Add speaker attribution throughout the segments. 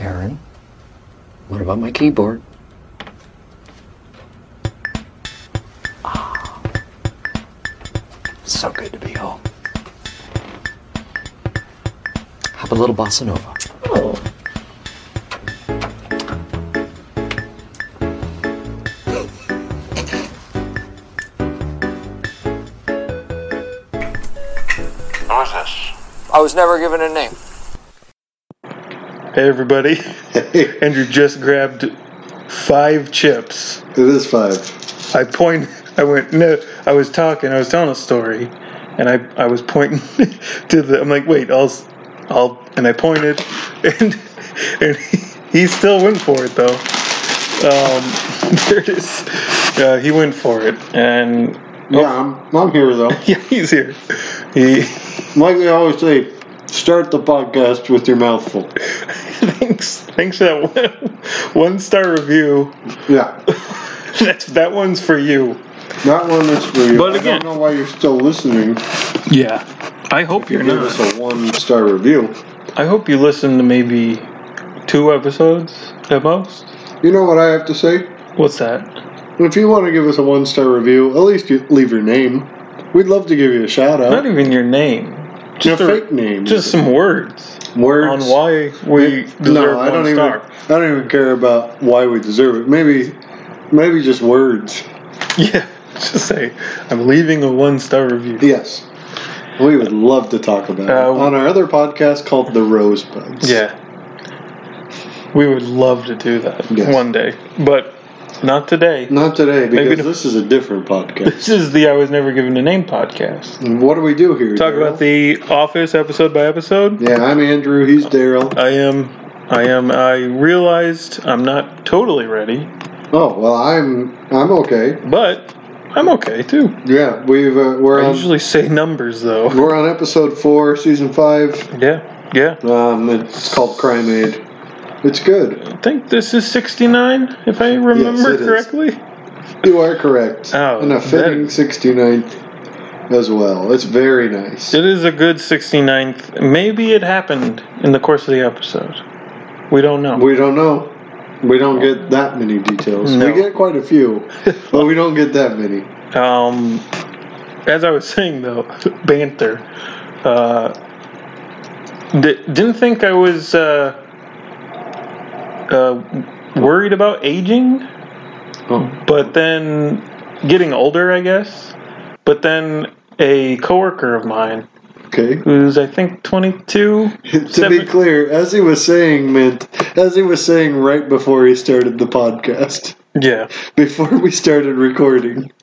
Speaker 1: Aaron, what about my keyboard? Ah, so good to be home. Have a little bossa nova.
Speaker 2: Oh.
Speaker 3: Who is this?
Speaker 1: I was never given a name.
Speaker 4: Hey everybody,
Speaker 5: Hey,
Speaker 4: Andrew just grabbed five chips.
Speaker 5: it is five.
Speaker 4: I point. I went no. I was talking. I was telling a story, and I I was pointing to the. I'm like, wait, I'll s- I'll, and I pointed, and and he, he still went for it though. Um, there it is. Uh, he went for it, and
Speaker 5: Yeah, I'm, I'm here though.
Speaker 4: yeah, he's here. He
Speaker 5: Like we always say, start the podcast with your mouth full.
Speaker 4: thanks thanks for that one one star review.
Speaker 5: Yeah,
Speaker 4: That's that one's for you.
Speaker 5: that one is for you.
Speaker 4: But
Speaker 5: I
Speaker 4: again-
Speaker 5: don't know why you're still listening.
Speaker 4: Yeah. I hope you're
Speaker 5: Give us a one star review.
Speaker 4: I hope you listen to maybe two episodes at most.
Speaker 5: You know what I have to say?
Speaker 4: What's that?
Speaker 5: If you want to give us a one star review, at least you leave your name. We'd love to give you a shout
Speaker 4: Not
Speaker 5: out.
Speaker 4: even your name.
Speaker 5: Just
Speaker 4: Just a-
Speaker 5: fake name.
Speaker 4: Just some words
Speaker 5: words.
Speaker 4: on why we deserve
Speaker 5: no, I don't
Speaker 4: one
Speaker 5: even.
Speaker 4: star.
Speaker 5: I don't even care about why we deserve it. Maybe, maybe just words.
Speaker 4: Yeah, just say I'm leaving a one star review.
Speaker 5: Yes. We would love to talk about
Speaker 4: Uh,
Speaker 5: it on our other podcast called The Rosebuds.
Speaker 4: Yeah, we would love to do that
Speaker 5: Yes.
Speaker 4: one day, but not today.
Speaker 5: Not today
Speaker 4: Maybe
Speaker 5: because
Speaker 4: no-
Speaker 5: this is a different podcast.
Speaker 4: This is the I was never given a name podcast.
Speaker 5: And what do we do here?
Speaker 4: Talk
Speaker 5: Daryl?
Speaker 4: about the Office episode by episode.
Speaker 5: Yeah, I'm Andrew. He's Daryl.
Speaker 4: I am. I am. I realized I'm not totally ready,
Speaker 5: Oh well, I'm I'm okay.
Speaker 4: but I'm okay too.
Speaker 5: Yeah, we've uh, we're
Speaker 4: I
Speaker 5: on
Speaker 4: usually say numbers though.
Speaker 5: we're on episode four, season five.
Speaker 4: Yeah, yeah.
Speaker 5: Um, it's called Crime Aid. It's good.
Speaker 4: I think this is 69, if I remember
Speaker 5: it is.
Speaker 4: correctly.
Speaker 5: You are correct.
Speaker 4: Oh,
Speaker 5: and a
Speaker 4: that-
Speaker 5: fitting 69th as well. It's very nice.
Speaker 4: It is a good 69th. Maybe it happened in the course of the episode. We don't know.
Speaker 5: We don't know. We don't get that many details.
Speaker 4: Oh. No.
Speaker 5: We get quite a few, but we don't get that many.
Speaker 4: Um, as I was saying though, banter. Uh, di- didn't think I was uh, uh, worried about aging,
Speaker 5: Oh.
Speaker 4: but then getting older, I guess. But then a coworker of mine,
Speaker 5: Okay.
Speaker 4: who's I think 22,
Speaker 5: to be
Speaker 4: Seven-
Speaker 5: clear, as he was saying, meant as he was saying right before he started the podcast,
Speaker 4: yeah,
Speaker 5: before we started recording.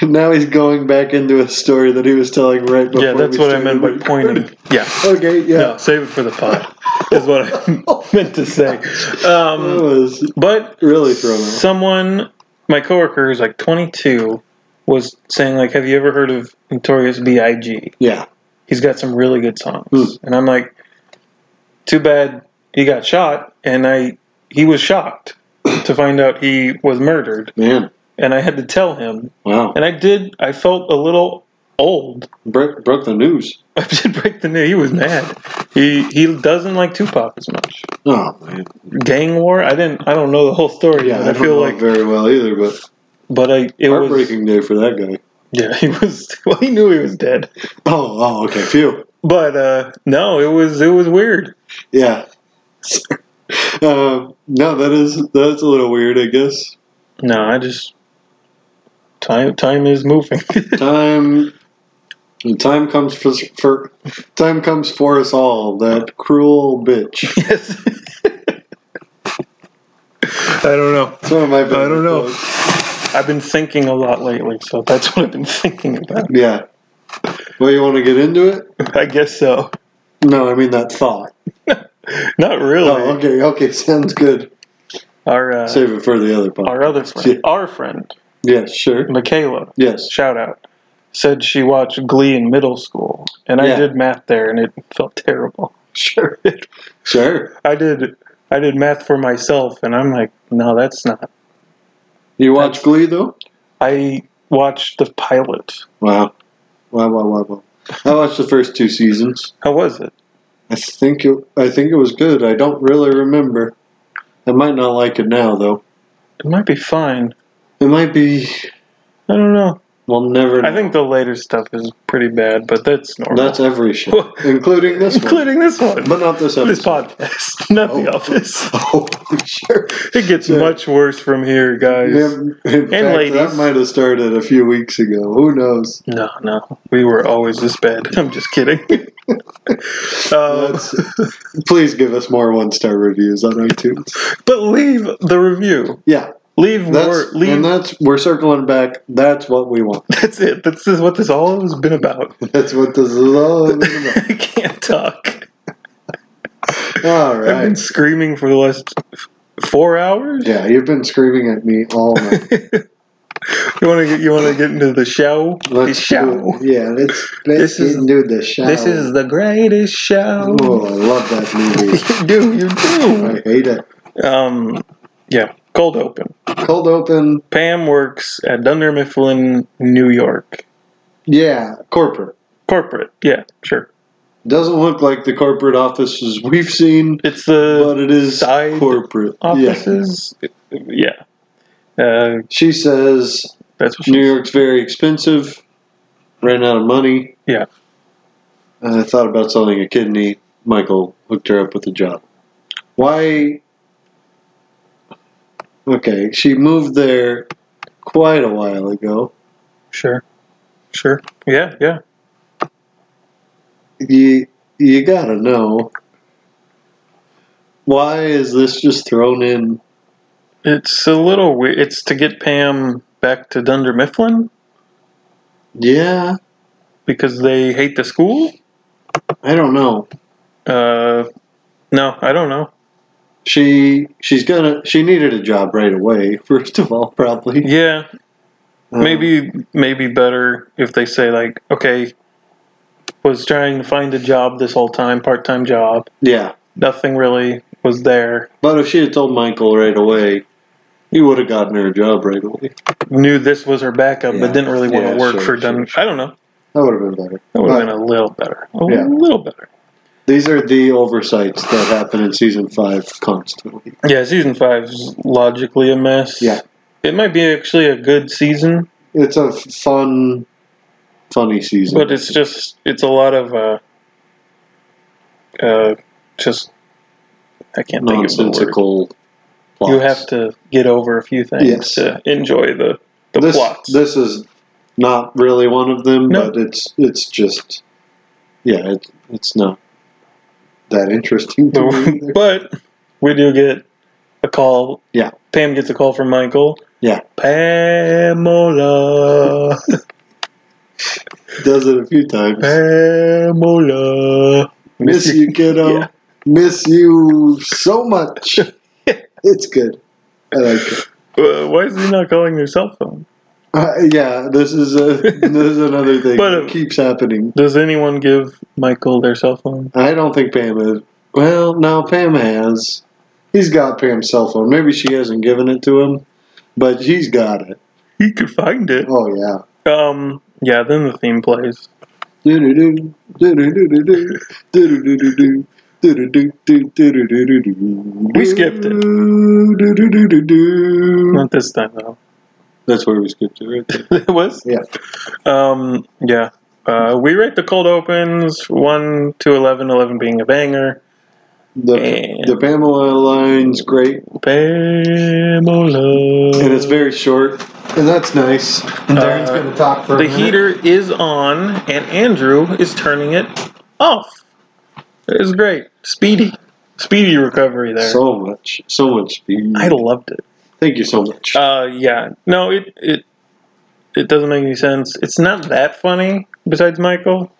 Speaker 5: And now he's going back into a story that he was telling right before.
Speaker 4: yeah, that's
Speaker 5: we
Speaker 4: what I
Speaker 5: started
Speaker 4: meant by
Speaker 5: recording.
Speaker 4: pointing. Yeah.
Speaker 5: Okay. Yeah.
Speaker 4: No, save it for the pod. is what I meant to say.
Speaker 5: That
Speaker 4: Um,
Speaker 5: was
Speaker 4: but
Speaker 5: really thrown off.
Speaker 4: someone my coworker who's like 22 was saying like have you ever heard of notorious big
Speaker 5: Yeah.
Speaker 4: he's got some really good songs
Speaker 5: Mm.
Speaker 4: and i'm like too bad he got shot and i he was shocked to find out he was murdered
Speaker 5: Man.
Speaker 4: and i had to tell him
Speaker 5: Wow.
Speaker 4: and i did i felt a little old
Speaker 5: Broke, broke the news.
Speaker 4: i did break the news he was mad he he doesn't like tupac as much
Speaker 5: Oh man.
Speaker 4: gang war i didn't i don't know the whole story
Speaker 5: Yeah.
Speaker 4: but
Speaker 5: I,
Speaker 4: i,
Speaker 5: don't
Speaker 4: feel
Speaker 5: know
Speaker 4: like
Speaker 5: very well either, but
Speaker 4: but i it was
Speaker 5: heartbreaking day for that guy.
Speaker 4: Yeah, he was. Well, he knew he was dead,
Speaker 5: Oh, oh, okay. Phew.
Speaker 4: but uh, no, it was it was weird.
Speaker 5: Yeah. uh, no, that is that's a little weird, I guess.
Speaker 4: No, I just time time is moving.
Speaker 5: Time, the time comes for, for time comes for us all. That cruel bitch.
Speaker 4: yes. I don't know.
Speaker 5: It's one of my
Speaker 4: I don't know.
Speaker 5: favorite quotes.
Speaker 4: I've been thinking a lot lately, so that's what I've been thinking about.
Speaker 5: Yeah. Well, you want to get into it?
Speaker 4: I guess so.
Speaker 5: No, I mean that thought.
Speaker 4: Not really.
Speaker 5: Oh, okay, okay, sounds good.
Speaker 4: Our uh,
Speaker 5: Save it for the other part.
Speaker 4: our other friend,
Speaker 5: Yeah.
Speaker 4: our friend
Speaker 5: Yes, sure.
Speaker 4: Michaela,
Speaker 5: Yes.
Speaker 4: shout out, said she watched Glee in middle school, and I
Speaker 5: Yeah.
Speaker 4: did math there, and it felt terrible.
Speaker 5: Sure. Sure.
Speaker 4: I did I did math for myself and I'm like, no, that's not.
Speaker 5: You watch Glee though?
Speaker 4: I watched the pilot.
Speaker 5: Wow. Wow, wow, wow, wow. I watched the first two seasons.
Speaker 4: How was it?
Speaker 5: I think it, I think it was good. I don't really remember. I might not like it now though.
Speaker 4: It might be fine.
Speaker 5: It might be.
Speaker 4: I don't know.
Speaker 5: We'll never.
Speaker 4: I
Speaker 5: know.
Speaker 4: think the later stuff is pretty bad, but that's normal.
Speaker 5: that's every show, including this one,
Speaker 4: including this one.
Speaker 5: but not this
Speaker 4: this
Speaker 5: episode.
Speaker 4: podcast, not The
Speaker 5: Oh.
Speaker 4: Office.
Speaker 5: Oh, sure.
Speaker 4: It gets
Speaker 5: Yeah.
Speaker 4: much worse from here, guys.
Speaker 5: Yeah, in fact, that
Speaker 4: ladies.
Speaker 5: might have started a few weeks ago. Who knows?
Speaker 4: No, no. We were always this bad. I'm just kidding. uh,
Speaker 5: That's, please give us more one star reviews on iTunes.
Speaker 4: but leave the review.
Speaker 5: Yeah,
Speaker 4: Leave more.
Speaker 5: that's
Speaker 4: Leave.
Speaker 5: and that's we're circling back. That's what we want.
Speaker 4: that's it. That's is what this all has been about.
Speaker 5: That's what this is all about.
Speaker 4: I can't talk.
Speaker 5: All
Speaker 4: I've been
Speaker 5: right.
Speaker 4: screaming for the last four hours.
Speaker 5: Yeah, you've been screaming at me all night.
Speaker 4: You want to get you want to get into the show? the
Speaker 5: do
Speaker 4: show.
Speaker 5: it. Yeah, let's let's
Speaker 4: This is-
Speaker 5: get do the show.
Speaker 4: This is the greatest show.
Speaker 5: Oh, I love that movie.
Speaker 4: You do. You do.
Speaker 5: I hate it.
Speaker 4: Um, yeah. Cold open.
Speaker 5: Cold open.
Speaker 4: Pam works at Dunder Mifflin, New York.
Speaker 5: Yeah, corporate.
Speaker 4: Corporate. Yeah, sure.
Speaker 5: Doesn't look like the corporate offices we've seen,
Speaker 4: It's the
Speaker 5: but it is
Speaker 4: side
Speaker 5: corporate. Yeah.
Speaker 4: offices. Yeah. Uh,
Speaker 5: She says
Speaker 4: that's what she
Speaker 5: New York's very expensive. Ran out of money.
Speaker 4: Yeah.
Speaker 5: I thought about selling a kidney. Michael hooked her up with a job. Why? Okay, she moved there quite a while ago.
Speaker 4: Sure. Sure. Yeah, yeah.
Speaker 5: you you gotta know why is this just thrown in
Speaker 4: It's a little weird. It's to get Pam back to Dunder Mifflin
Speaker 5: yeah
Speaker 4: because they hate the school?
Speaker 5: i don't know
Speaker 4: Uh, no, I don't know.
Speaker 5: she she's gonna she needed a job right away first of all probably
Speaker 4: Yeah,
Speaker 5: Um,
Speaker 4: maybe maybe better if they say like, okay, was trying to find a job this whole time, part-time job.
Speaker 5: Um, yeah
Speaker 4: Nothing really was there.
Speaker 5: but if she had told michael right away he would have gotten her a job right away
Speaker 4: Knew this was her backup,
Speaker 5: Yeah.
Speaker 4: but didn't really want
Speaker 5: Yeah,
Speaker 4: to work
Speaker 5: sure,
Speaker 4: for Dunder.
Speaker 5: sure,
Speaker 4: I don't know.
Speaker 5: that would have been better
Speaker 4: That would have
Speaker 5: But
Speaker 4: been a little better. A
Speaker 5: Yeah.
Speaker 4: little better.
Speaker 5: these are the oversights that happen in season five constantly
Speaker 4: Yeah, season five's logically a mess.
Speaker 5: Yeah.
Speaker 4: It might be actually a good season,
Speaker 5: it's a fun funny season
Speaker 4: but it's just it's a lot of uh, uh, just I can't think of the word.
Speaker 5: nonsensical plots.
Speaker 4: You have to get over a few things
Speaker 5: Yes.
Speaker 4: to enjoy the the
Speaker 5: this,
Speaker 4: plots.
Speaker 5: This is not really one of them,
Speaker 4: No.
Speaker 5: but it's it's just yeah, it, it's not that interesting to me. either.
Speaker 4: but we do get a call.
Speaker 5: Yeah.
Speaker 4: Pam gets a call from Michael.
Speaker 5: Yeah.
Speaker 4: Pamola.
Speaker 5: It Does it a few times.
Speaker 4: Pamola.
Speaker 5: Miss you, kiddo.
Speaker 4: Yeah.
Speaker 5: Miss you so much. it's good. I like it.
Speaker 4: Uh, Why is he not calling their cell phone?
Speaker 5: Uh, yeah, this is a, this is another thing
Speaker 4: But,
Speaker 5: that
Speaker 4: uh,
Speaker 5: keeps happening.
Speaker 4: Does anyone give Michael their cell phone?
Speaker 5: I don't think Pam is. Well, no, Pam has. He's got Pam's cell phone. Maybe she hasn't given it to him, but he's got it.
Speaker 4: He could find it.
Speaker 5: Oh yeah.
Speaker 4: Um. Yeah. Then the theme plays.
Speaker 5: Do-do-do, do-do-do-do-do, do-do-do-do-do, do-do-do-do-do-do-do-do.
Speaker 4: We skipped it.
Speaker 5: Do-do-do-do-do.
Speaker 4: Not this time though.
Speaker 5: That's where we skipped it. Right there.
Speaker 4: it was.
Speaker 5: Yeah.
Speaker 4: Um. Yeah. Uh, we rate the cold opens one to 11, 11 being a banger.
Speaker 5: The,
Speaker 4: And
Speaker 5: the Pamela line's great,
Speaker 4: Pamela.
Speaker 5: and it's very short, and that's nice. And Darren's
Speaker 4: Uh,
Speaker 5: going to talk for a
Speaker 4: The
Speaker 5: minute.
Speaker 4: heater is on, and Andrew is turning it off. It was great. Speedy. Speedy recovery there.
Speaker 5: So much, so much speed.
Speaker 4: I loved it.
Speaker 5: Thank you so much.
Speaker 4: Uh, yeah. No, it, it it doesn't make any sense. It's not that funny, besides Michael.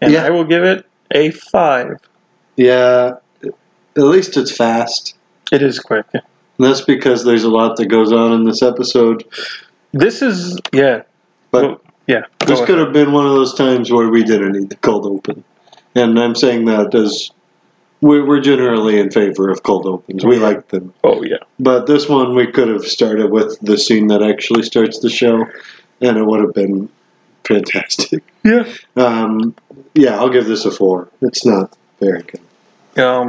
Speaker 4: And
Speaker 5: Yeah.
Speaker 4: I will give it a five.
Speaker 5: yeah, at least it's fast.
Speaker 4: It is quick.
Speaker 5: And that's because there's a lot that goes on in this episode.
Speaker 4: This is yeah.
Speaker 5: But-
Speaker 4: Well, yeah. go
Speaker 5: This
Speaker 4: ahead.
Speaker 5: could have been one of those times where we didn't need the cold open. And I'm saying that as we're, we're generally in favor of cold opens. We
Speaker 4: Yeah.
Speaker 5: like them.
Speaker 4: Oh yeah.
Speaker 5: But this one, we could have started with the scene that actually starts the show, and it would have been fantastic.
Speaker 4: Yeah.
Speaker 5: Um, yeah, I'll give this a four. It's not Very good.
Speaker 4: Um,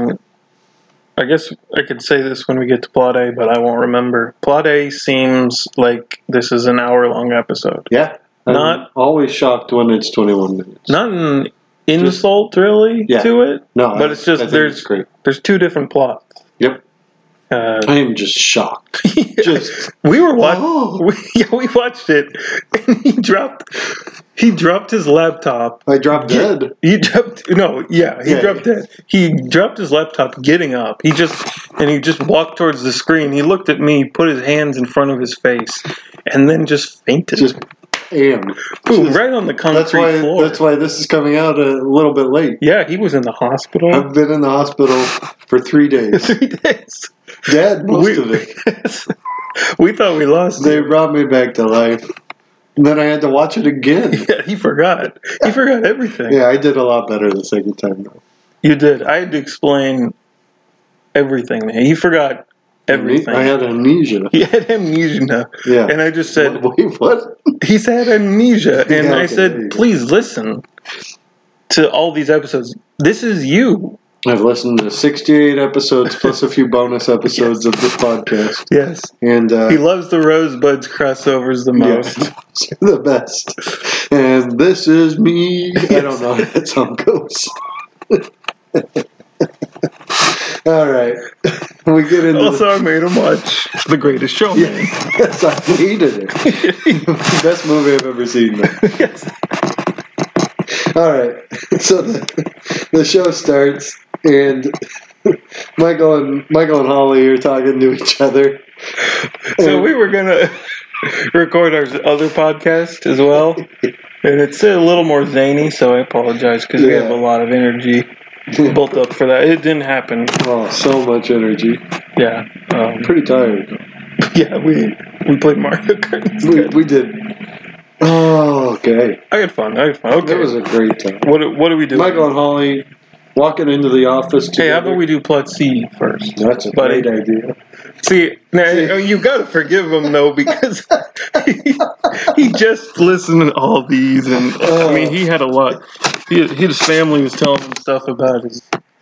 Speaker 4: I guess I could say this when we get to plot A, but I won't remember. Plot A seems like this is an hour long episode.
Speaker 5: Yeah. I'm
Speaker 4: Not-
Speaker 5: always shocked when it's 21 minutes.
Speaker 4: Not an insult really
Speaker 5: Yeah.
Speaker 4: to it.
Speaker 5: no,
Speaker 4: but
Speaker 5: I-
Speaker 4: it's just
Speaker 5: I think
Speaker 4: there's-
Speaker 5: it's great.
Speaker 4: There's two different plots.
Speaker 5: Yep.
Speaker 4: Uh,
Speaker 5: I am just shocked. Just
Speaker 4: we were watching.
Speaker 5: oh,
Speaker 4: We, yeah, we watched it, and he dropped. He dropped his laptop.
Speaker 5: I dropped
Speaker 4: Yeah.
Speaker 5: dead.
Speaker 4: He dropped. No, yeah, he
Speaker 5: Yeah,
Speaker 4: dropped it. He dropped his laptop, getting up. He just and he just walked towards the screen. He looked at me, put his hands in front of his face, and then just fainted.
Speaker 5: Just am.
Speaker 4: Boom,
Speaker 5: just-
Speaker 4: right on the concrete
Speaker 5: That's why.
Speaker 4: floor.
Speaker 5: That's why this is coming out a little bit late.
Speaker 4: yeah, he was in the hospital
Speaker 5: I've been in the hospital for three
Speaker 4: for
Speaker 5: days.
Speaker 4: three days.
Speaker 5: Dead most
Speaker 4: we,
Speaker 5: of it.
Speaker 4: we thought we lost.
Speaker 5: They
Speaker 4: him.
Speaker 5: brought me back to life. And then I had to watch it again.
Speaker 4: Yeah, he forgot. He forgot everything.
Speaker 5: Yeah, I did a lot better the second time. though.
Speaker 4: You did. I had to explain everything. He forgot everything.
Speaker 5: I had amnesia.
Speaker 4: he had amnesia,
Speaker 5: Yeah.
Speaker 4: and I just said
Speaker 5: Wait, what?
Speaker 4: he said amnesia,
Speaker 5: Yeah,
Speaker 4: and I
Speaker 5: okay, there you
Speaker 4: said,
Speaker 5: go.
Speaker 4: please listen to all these episodes. This is you.
Speaker 5: I've listened to 68 episodes plus a few bonus episodes of this podcast.
Speaker 4: Yes,
Speaker 5: And uh,
Speaker 4: he loves the rosebuds crossovers the
Speaker 5: yeah,
Speaker 4: most.
Speaker 5: the best. And this is me. I don't know. That's how it goes. All right. We get into
Speaker 4: Also, I made him watch The Greatest Showman.
Speaker 5: Yeah, yes, I hated it. Best movie I've ever seen. man.
Speaker 4: Yes.
Speaker 5: All right, so the, the show starts, and Michael and Michael and Holly are talking to each other.
Speaker 4: So we were gonna record our other podcast as well, and it's a little more zany. So I apologize because we
Speaker 5: Yeah.
Speaker 4: have a lot of energy built up for that. It didn't happen.
Speaker 5: Oh, so much energy.
Speaker 4: Yeah, um,
Speaker 5: Pretty tired.
Speaker 4: yeah. We we played Mario Kart.
Speaker 5: We,
Speaker 4: instead.
Speaker 5: we did. Oh, okay.
Speaker 4: I had fun. I had fun.
Speaker 5: That
Speaker 4: Okay.
Speaker 5: was a great time.
Speaker 4: what do- what do we do?
Speaker 5: Michael and Holly walking into the office
Speaker 4: Hey, how
Speaker 5: together.
Speaker 4: about we do plot C first?
Speaker 5: That's a
Speaker 4: Buddy.
Speaker 5: great idea.
Speaker 4: See, now oh, you gotta forgive him though because he, he just listened to all these, and I mean he had a lot. He, his family was telling him stuff about his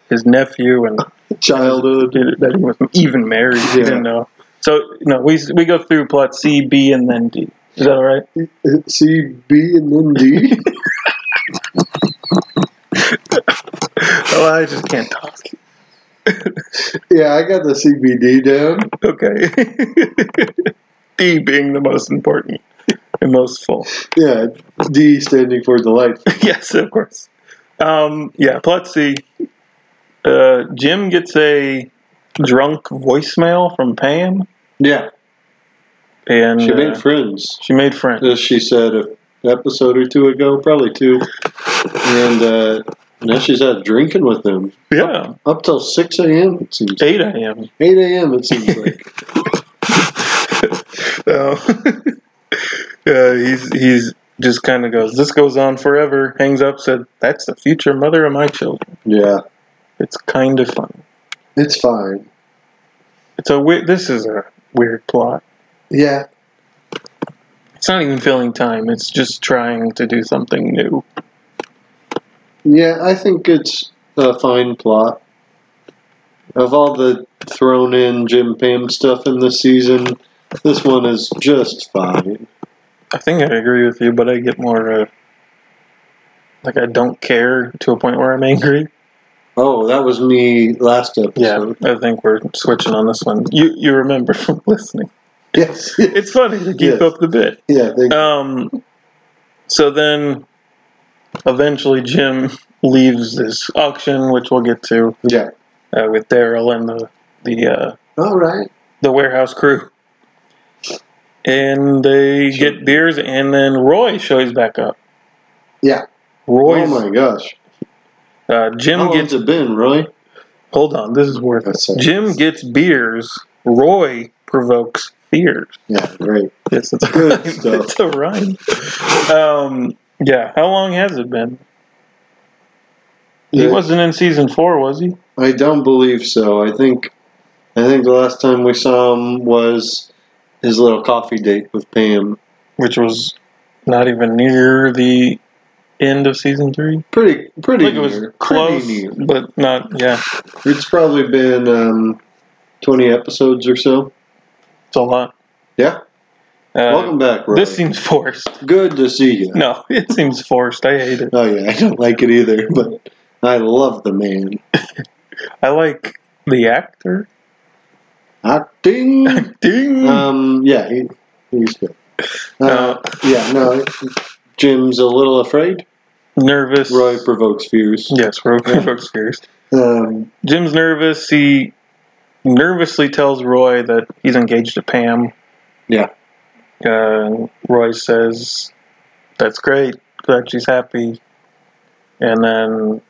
Speaker 4: his nephew and
Speaker 5: Childhood.
Speaker 4: that he was even married. He
Speaker 5: Yeah.
Speaker 4: didn't know. So no, we we go through plot C, B, and then D. Is that all right?
Speaker 5: C, B, and then D.
Speaker 4: Oh, I just can't talk.
Speaker 5: yeah, I got the CBD down.
Speaker 4: Okay. D being the most important and most full.
Speaker 5: Yeah, D standing for delight.
Speaker 4: yes, of course. Um, yeah, plot C. Uh, Jim gets a drunk voicemail from Pam,
Speaker 5: Yeah,
Speaker 4: and
Speaker 5: she
Speaker 4: uh,
Speaker 5: made friends,
Speaker 4: she made friends.
Speaker 5: as she said an episode or two ago, probably two. And uh, now she's out drinking with them
Speaker 4: Yeah,
Speaker 5: up till 6 a.m., it seems. 8
Speaker 4: eight a.m.
Speaker 5: a.m., it seems like.
Speaker 4: So uh, he's he's just kind of goes. This goes on forever. Hangs up. Said that's the future mother of my children.
Speaker 5: yeah,
Speaker 4: It's kind of fun.
Speaker 5: it's fine.
Speaker 4: It's a weird. This is a weird plot.
Speaker 5: Yeah,
Speaker 4: It's not even filling time. It's just trying to do something new.
Speaker 5: yeah, I think it's a fine plot. Of all the thrown in Jim Pam stuff in this season, this one is just fine.
Speaker 4: I think I agree with you, but I get more uh, like I don't care to a point where I'm angry.
Speaker 5: Oh, that was me last episode.
Speaker 4: I think we're switching on this one. You you remember from listening?
Speaker 5: Yes.
Speaker 4: It's funny to keep
Speaker 5: Yes.
Speaker 4: up the bit.
Speaker 5: yeah, thank
Speaker 4: Um, so then, eventually Jim leaves this auction, which we'll get to
Speaker 5: Yeah.
Speaker 4: uh, with Daryl and the the uh,
Speaker 5: All right.
Speaker 4: the warehouse crew, and they
Speaker 5: Sure.
Speaker 4: get beers, and then Roy shows back up.
Speaker 5: Yeah.
Speaker 4: Roy's
Speaker 5: Oh my gosh.
Speaker 4: Uh, Jim
Speaker 5: How
Speaker 4: gets.
Speaker 5: long's it been, Roy?
Speaker 4: Hold on, this is worth it.
Speaker 5: That's it.
Speaker 4: Jim gets beers. Roy provokes fears.
Speaker 5: Yeah, great.
Speaker 4: Yes, it's a rhyme.
Speaker 5: Good stuff.
Speaker 4: It's a rhyme. Um, yeah. How long has it been? He
Speaker 5: Yeah,
Speaker 4: wasn't in season four, was he?
Speaker 5: I don't believe so. I think I think the last time we saw him was his little coffee date with Pam.
Speaker 4: Which was not even near the end of season three.
Speaker 5: Pretty, pretty
Speaker 4: Like it was
Speaker 5: near.
Speaker 4: close,
Speaker 5: Pretty near.
Speaker 4: but not. Yeah,
Speaker 5: It's probably been um, 20 episodes or so.
Speaker 4: it's a lot.
Speaker 5: Yeah.
Speaker 4: Uh,
Speaker 5: Welcome back, Roy.
Speaker 4: this seems forced.
Speaker 5: Good to see you.
Speaker 4: No, it seems forced. I hate it.
Speaker 5: Oh, yeah, I don't like it either, but I love the man.
Speaker 4: I like the actor.
Speaker 5: Acting.
Speaker 4: Ding.
Speaker 5: um, yeah, he, he's good. Uh, yeah, no, Jim's a little afraid.
Speaker 4: nervous.
Speaker 5: Roy provokes fears.
Speaker 4: Yes, Roy provokes fears.
Speaker 5: Um,
Speaker 4: Jim's nervous. He nervously tells Roy that he's engaged to Pam.
Speaker 5: Yeah.
Speaker 4: Uh, Roy says, "That's great. Glad she's happy." And then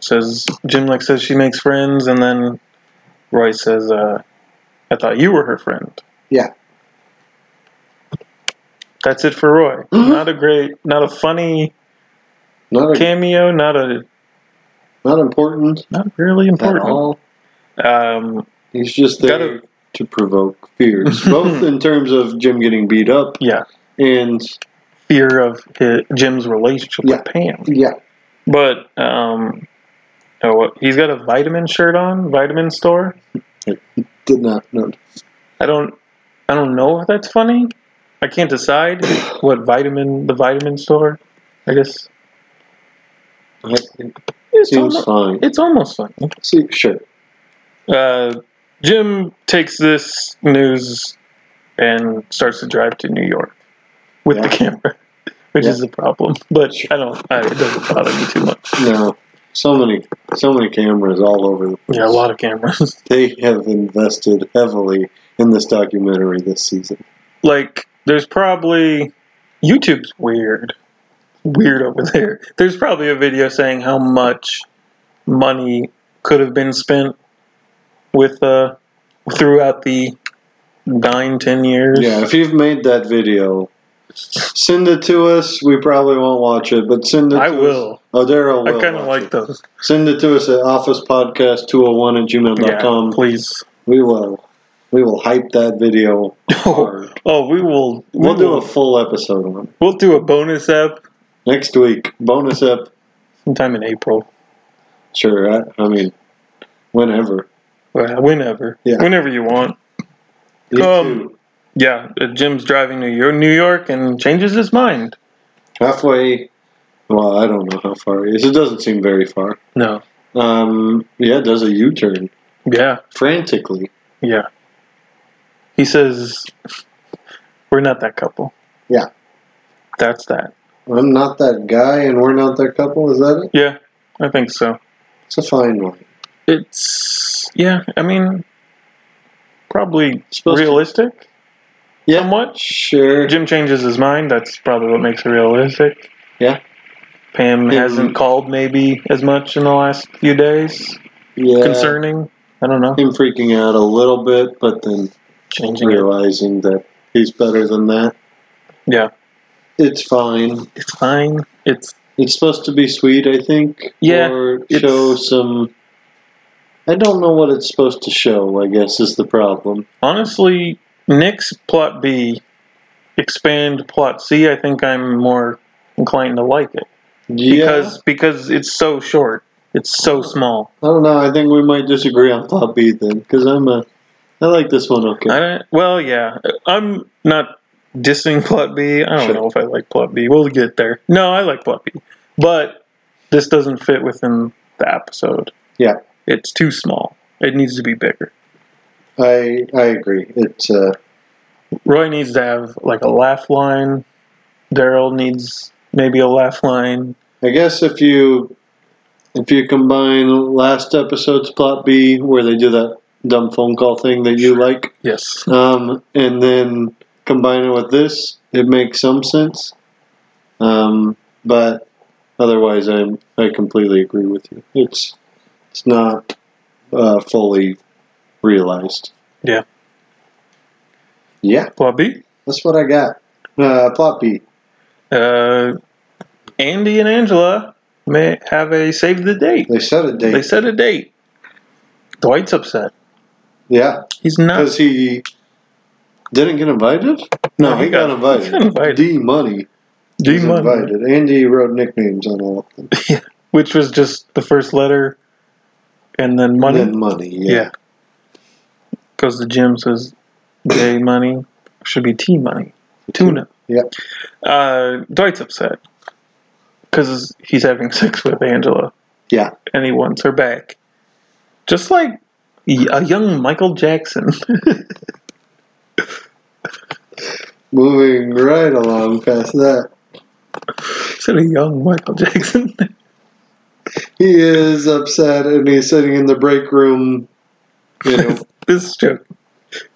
Speaker 4: says Jim like says she makes friends, and then Roy says, uh, "I thought you were her friend."
Speaker 5: Yeah.
Speaker 4: That's it for Roy.
Speaker 5: Mhm.
Speaker 4: Not a great, not a funny
Speaker 5: not, a,
Speaker 4: cameo. Not a
Speaker 5: not important
Speaker 4: not really
Speaker 5: at
Speaker 4: important.
Speaker 5: all.
Speaker 4: Um,
Speaker 5: He's just there
Speaker 4: Gotta-
Speaker 5: to provoke fears, both in terms of Jim getting beat up
Speaker 4: yeah.
Speaker 5: and
Speaker 4: fear of his, Jim's relationship with Pam.
Speaker 5: yeah,
Speaker 4: But um, oh, what- he's got a vitamin shirt on, vitamin store.
Speaker 5: did not know.
Speaker 4: I don't, I don't know if that's funny. I can't decide what vitamin the vitamin store. I guess
Speaker 5: It
Speaker 4: it's
Speaker 5: seems
Speaker 4: almost,
Speaker 5: fine.
Speaker 4: it's almost funny.
Speaker 5: See, sure.
Speaker 4: Uh, Jim takes this news and starts to drive to New York with
Speaker 5: Yeah.
Speaker 4: the camera, which
Speaker 5: Yeah.
Speaker 4: is a problem. But I don't, I, it doesn't bother me too much.
Speaker 5: No, so many, so many cameras all over. The place.
Speaker 4: Yeah, a lot of cameras.
Speaker 5: They have invested heavily in this documentary this season.
Speaker 4: like there's probably YouTube's weird. Weird over there. There's probably a video saying how much money could have been spent with uh throughout the nine, ten years.
Speaker 5: Yeah, if you've made that video, send it to us. We probably won't watch it, but send it.
Speaker 4: I
Speaker 5: to Us.
Speaker 4: will.
Speaker 5: Oh, Daryl
Speaker 4: I
Speaker 5: will.
Speaker 4: kinda
Speaker 5: watch
Speaker 4: like
Speaker 5: it.
Speaker 4: those.
Speaker 5: Send it to us at officepodcast201 at
Speaker 4: Yeah,
Speaker 5: gmail.com.
Speaker 4: please.
Speaker 5: we will. We will hype that video
Speaker 4: Oh,
Speaker 5: hard.
Speaker 4: oh we will we
Speaker 5: We'll do
Speaker 4: will-
Speaker 5: a full episode on it.
Speaker 4: we'll do a bonus app
Speaker 5: Next week, bonus up.
Speaker 4: sometime in April.
Speaker 5: Sure, I, I mean, whenever.
Speaker 4: Well, Uh, Whenever.
Speaker 5: Yeah.
Speaker 4: Whenever you want.
Speaker 5: You
Speaker 4: Um,
Speaker 5: too.
Speaker 4: Yeah. uh, Jim's driving to Yo- New York and changes his mind.
Speaker 5: Halfway. Well, I don't know how far it is. It doesn't seem very far.
Speaker 4: No.
Speaker 5: Um, yeah, it does a U turn
Speaker 4: Yeah,
Speaker 5: frantically.
Speaker 4: yeah. He says, "We're not that couple."
Speaker 5: Yeah.
Speaker 4: that's that.
Speaker 5: I'm not that guy, and we're not that couple. Is that it?
Speaker 4: Yeah, I think so.
Speaker 5: It's a fine one.
Speaker 4: It's yeah. I mean, probably
Speaker 5: It's supposed to-
Speaker 4: realistic.
Speaker 5: Yeah.
Speaker 4: somewhat.
Speaker 5: Sure.
Speaker 4: Jim changes his mind. That's probably what makes it realistic.
Speaker 5: Yeah.
Speaker 4: Pam
Speaker 5: Yeah.
Speaker 4: hasn't called maybe as much in the last few days.
Speaker 5: Yeah.
Speaker 4: Concerning, I don't know.
Speaker 5: Him freaking out a little bit, but then
Speaker 4: Changing it.
Speaker 5: realizing that he's better than that.
Speaker 4: Yeah,
Speaker 5: It's fine.
Speaker 4: it's fine. It's
Speaker 5: It's supposed to be sweet, I think.
Speaker 4: Yeah,
Speaker 5: Or
Speaker 4: it's-
Speaker 5: show some. I don't know what it's supposed to show, I guess, is the problem.
Speaker 4: Honestly, Nick's plot B, expand plot C. I think I'm more inclined to like it because
Speaker 5: Because
Speaker 4: because it's so short. It's so small.
Speaker 5: I don't know. I think we might disagree on plot B then, because I'm a. I like this one. Okay.
Speaker 4: I don't, well, yeah, I'm not dissing plot B. I don't
Speaker 5: Sure.
Speaker 4: know if I like plot B. We'll get there. No, I like plot B, but this doesn't fit within the episode.
Speaker 5: Yeah.
Speaker 4: it's too small. It needs to be bigger.
Speaker 5: I I agree. It's uh,
Speaker 4: Roy needs to have like a laugh line. Daryl needs maybe a laugh line.
Speaker 5: I guess if you if you combine last episode's plot B where they do that dumb phone call thing that you like,
Speaker 4: Yes.
Speaker 5: um, and then combine it with this, it makes some sense. Um, but otherwise, I'm I completely agree with you. It's it's not uh, fully realized.
Speaker 4: Yeah.
Speaker 5: Yeah,
Speaker 4: Plot B.
Speaker 5: that's what I got. Uh, plot B.
Speaker 4: Uh, Andy and Angela may have a save the date.
Speaker 5: They set a
Speaker 4: They
Speaker 5: date.
Speaker 4: set a date. Dwight's upset.
Speaker 5: Yeah.
Speaker 4: He's not.
Speaker 5: Because he didn't get invited? No, he, got, invited.
Speaker 4: he got invited.
Speaker 5: D money.
Speaker 4: Gene
Speaker 5: was
Speaker 4: Munro.
Speaker 5: invited. Andy wrote nicknames on all of them.
Speaker 4: Which was just the first letter and then money.
Speaker 5: And then money, yeah.
Speaker 4: yeah. Goes to Jim, says J money. Should be T money. Tuna.
Speaker 5: Yeah.
Speaker 4: Uh, Dwight's upset because he's having sex with Angela
Speaker 5: Yeah.
Speaker 4: and he wants her back. Just like y- a young Michael Jackson.
Speaker 5: Moving right along past that.
Speaker 4: said a young Michael Jackson.
Speaker 5: He is upset and he's sitting in the break room. You know,
Speaker 4: this joke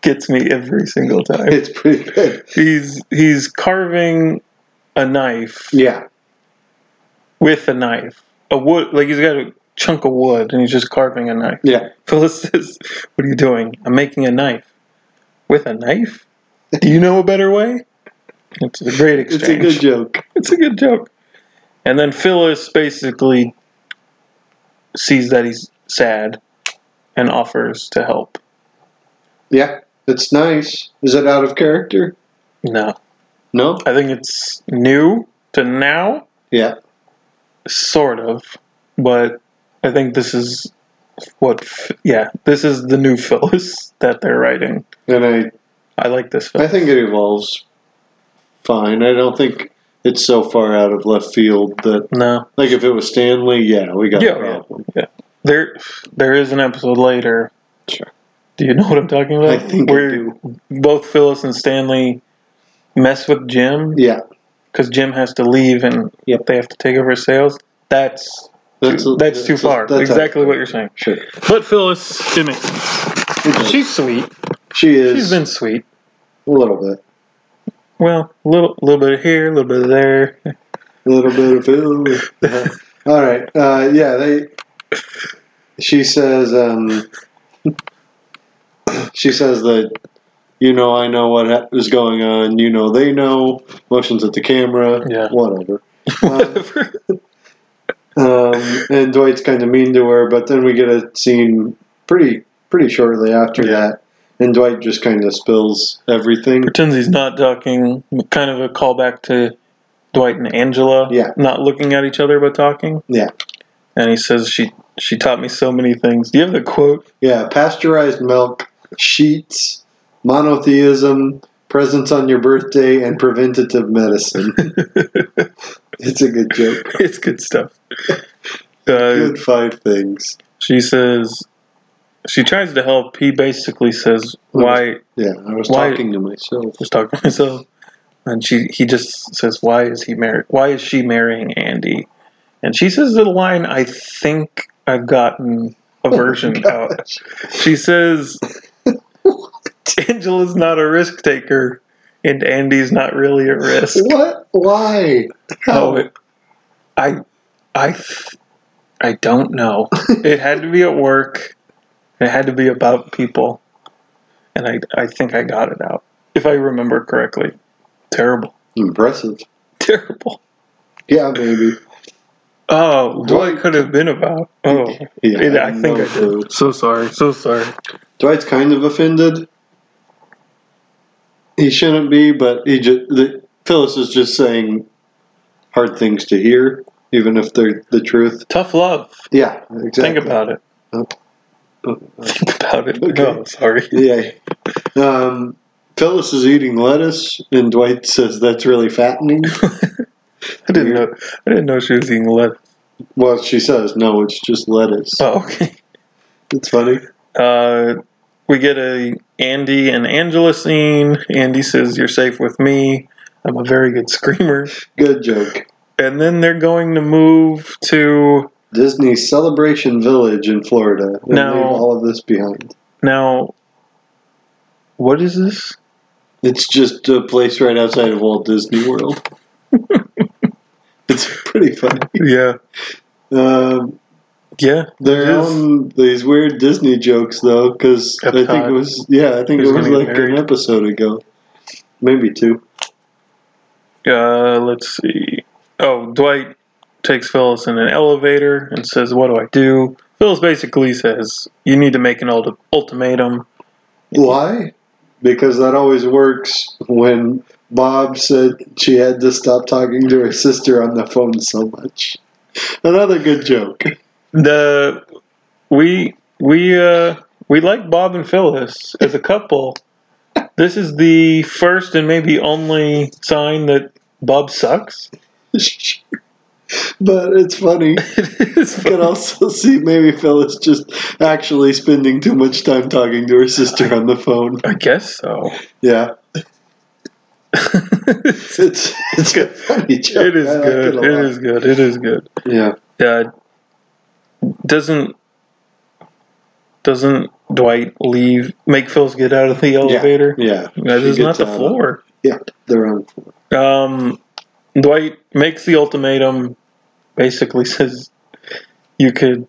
Speaker 4: gets me every single time.
Speaker 5: it's pretty bad.
Speaker 4: He's he's carving a knife
Speaker 5: Yeah.
Speaker 4: with a knife. A wood like he's got a chunk of wood and he's just carving a knife.
Speaker 5: Yeah.
Speaker 4: Phyllis says, What are you doing? I'm making a knife. With a knife? Do you know a better way? It's a great exchange.
Speaker 5: It's a good joke.
Speaker 4: It's a good joke. And then Phyllis basically sees that he's sad and offers to help.
Speaker 5: Yeah. It's nice. Is it out of character?
Speaker 4: No.
Speaker 5: No?
Speaker 4: I think it's new to now,
Speaker 5: Yeah.
Speaker 4: sort of, but I think this is what, Ph- yeah, this is the new Phyllis that they're writing.
Speaker 5: And I
Speaker 4: I like this
Speaker 5: I
Speaker 4: Phyllis.
Speaker 5: think it evolves fine. I don't think it's so far out of left field that
Speaker 4: No,
Speaker 5: like if it was Stanley, yeah, we got
Speaker 4: Yeah,
Speaker 5: a
Speaker 4: yeah.
Speaker 5: problem.
Speaker 4: there, there is an episode later.
Speaker 5: Sure.
Speaker 4: Do you know what I'm talking about?
Speaker 5: I think I
Speaker 4: where
Speaker 5: do.
Speaker 4: both Phyllis and Stanley mess with Jim
Speaker 5: Yeah.
Speaker 4: because Jim has to leave and
Speaker 5: Yep.
Speaker 4: they have to take over sales. That's that's,
Speaker 5: a-
Speaker 4: too far.
Speaker 5: that's
Speaker 4: exactly
Speaker 5: how-
Speaker 4: what you're saying.
Speaker 5: Sure.
Speaker 4: But Phyllis, Jimmy, she's sweet.
Speaker 5: She is
Speaker 4: She's been sweet.
Speaker 5: a little bit.
Speaker 4: Well, a little, little bit of here, a little bit of there.
Speaker 5: A little bit of it. All right. Uh, yeah, they. She says. Um, she says that. You know, I know what ha- is going on. You know, they know. Motions at the camera.
Speaker 4: Yeah.
Speaker 5: Whatever. Um, um, and Dwight's kind of mean to her, but then we get a scene pretty pretty shortly after
Speaker 4: Yeah.
Speaker 5: that, and Dwight just kind of spills everything.
Speaker 4: Pretends he's not talking. Kind of a callback to Dwight and Angela.
Speaker 5: Yeah.
Speaker 4: Not looking at each other but talking.
Speaker 5: Yeah.
Speaker 4: And he says she she taught me so many things. Do you have the quote?
Speaker 5: Yeah, pasteurized milk, sheets, monotheism, presents on your birthday, and preventative medicine. it's a good joke.
Speaker 4: It's good stuff. Uh,
Speaker 5: Good five things.
Speaker 4: she says she tries to help. He basically says why
Speaker 5: Yeah, I was
Speaker 4: Why-
Speaker 5: talking to myself.
Speaker 4: just talking to myself. And she he just says, Why is he married why is she marrying Andy? And she says the line I think I've gotten a version out. She says Angela's not a risk taker and Andy's not really a risk.
Speaker 5: What? Why?
Speaker 4: Oh, it, I I th- I don't know. it had to be at work. It had to be about people. And I I think I got it out. If I remember correctly. Terrible.
Speaker 5: Impressive.
Speaker 4: terrible.
Speaker 5: Yeah, maybe.
Speaker 4: Oh, what it
Speaker 5: Dwight-
Speaker 4: could have been about. Oh,
Speaker 5: Yeah,
Speaker 4: It- I think
Speaker 5: no
Speaker 4: I
Speaker 5: clue.
Speaker 4: did. So sorry. So sorry.
Speaker 5: Dwight's kind of offended. He shouldn't be, but he just the, Phyllis is just saying hard things to hear, even if they're the truth.
Speaker 4: Tough love.
Speaker 5: Yeah, exactly.
Speaker 4: Think about it.
Speaker 5: Oh. Oh.
Speaker 4: Think about it.
Speaker 5: Okay.
Speaker 4: No, sorry.
Speaker 5: Yeah. Um, Phyllis is eating lettuce, and Dwight says that's really fattening.
Speaker 4: I didn't know. I didn't know she was eating lettuce.
Speaker 5: well, she says no, it's just lettuce.
Speaker 4: Oh, okay.
Speaker 5: It's funny.
Speaker 4: Uh, we get a Andy and Angela scene. Andy says, "You're safe with me. I'm a very good screamer."
Speaker 5: Good joke.
Speaker 4: And then they're going to move to
Speaker 5: Disney Celebration Village in Florida. And
Speaker 4: No.
Speaker 5: leave all of this behind.
Speaker 4: now. What is this?
Speaker 5: It's just a place right outside of Walt Disney World. it's pretty funny.
Speaker 4: Yeah,
Speaker 5: Um,
Speaker 4: yeah.
Speaker 5: they're
Speaker 4: It is.
Speaker 5: on these weird Disney jokes though, because I think
Speaker 4: Epcot.
Speaker 5: it was yeah, I think
Speaker 4: Who's
Speaker 5: it was
Speaker 4: gonna get
Speaker 5: like an
Speaker 4: married?
Speaker 5: episode ago, maybe two.
Speaker 4: Uh, let's see. Oh, Dwight takes Phyllis in an elevator and says, "What do I do?" Phyllis basically says, "You need to make an ulti- ultimatum."
Speaker 5: Why? Because that always works when Bob said she had to stop talking to her sister on the phone so much. Another good joke.
Speaker 4: the we we uh we like Bob and Phyllis as a couple. This is the first and maybe only sign that Bob sucks.
Speaker 5: but it's funny.
Speaker 4: It's
Speaker 5: You can also see maybe Phyllis just actually spending too much time talking to her sister on the phone.
Speaker 4: I guess so.
Speaker 5: Yeah. It's it's good. Funny joke.
Speaker 4: It is
Speaker 5: I like
Speaker 4: good.
Speaker 5: a
Speaker 4: It
Speaker 5: lot.
Speaker 4: is good. It is good.
Speaker 5: Yeah.
Speaker 4: Yeah. Doesn't doesn't Dwight leave make Phyllis get out of the elevator?
Speaker 5: Yeah.
Speaker 4: That
Speaker 5: She
Speaker 4: is not
Speaker 5: gets
Speaker 4: the
Speaker 5: out of-
Speaker 4: floor.
Speaker 5: Yeah. They're on.
Speaker 4: Um, Dwight makes the ultimatum, basically says, "You could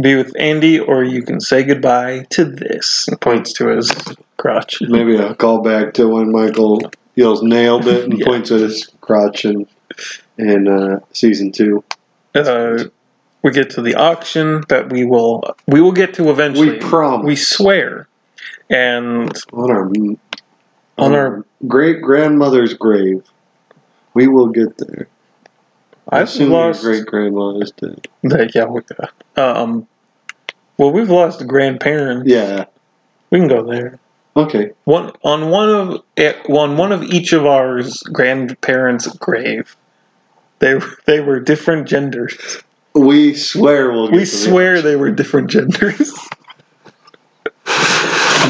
Speaker 4: be with Andy, or you can say goodbye to this." And points to his crotch.
Speaker 5: Maybe a callback to when Michael yells "nailed it" and
Speaker 4: Yeah.
Speaker 5: points at his crotch in in uh, season two.
Speaker 4: Uh, we get to the auction that we will we will get to eventually.
Speaker 5: We promise.
Speaker 4: We swear. And
Speaker 5: on our Um,
Speaker 4: on our,
Speaker 5: great grandmother's grave. We will get there.
Speaker 4: I've
Speaker 5: Soon your
Speaker 4: lost.
Speaker 5: great grandma is dead.
Speaker 4: Yeah, we got. Um, well, we've lost a grandparent.
Speaker 5: Yeah.
Speaker 4: We can go there.
Speaker 5: Okay.
Speaker 4: One on one of eh, on one of each of our grandparents' grave. They were- they were different genders.
Speaker 5: We swear we'll. Get
Speaker 4: We
Speaker 5: to the-
Speaker 4: swear they were different genders.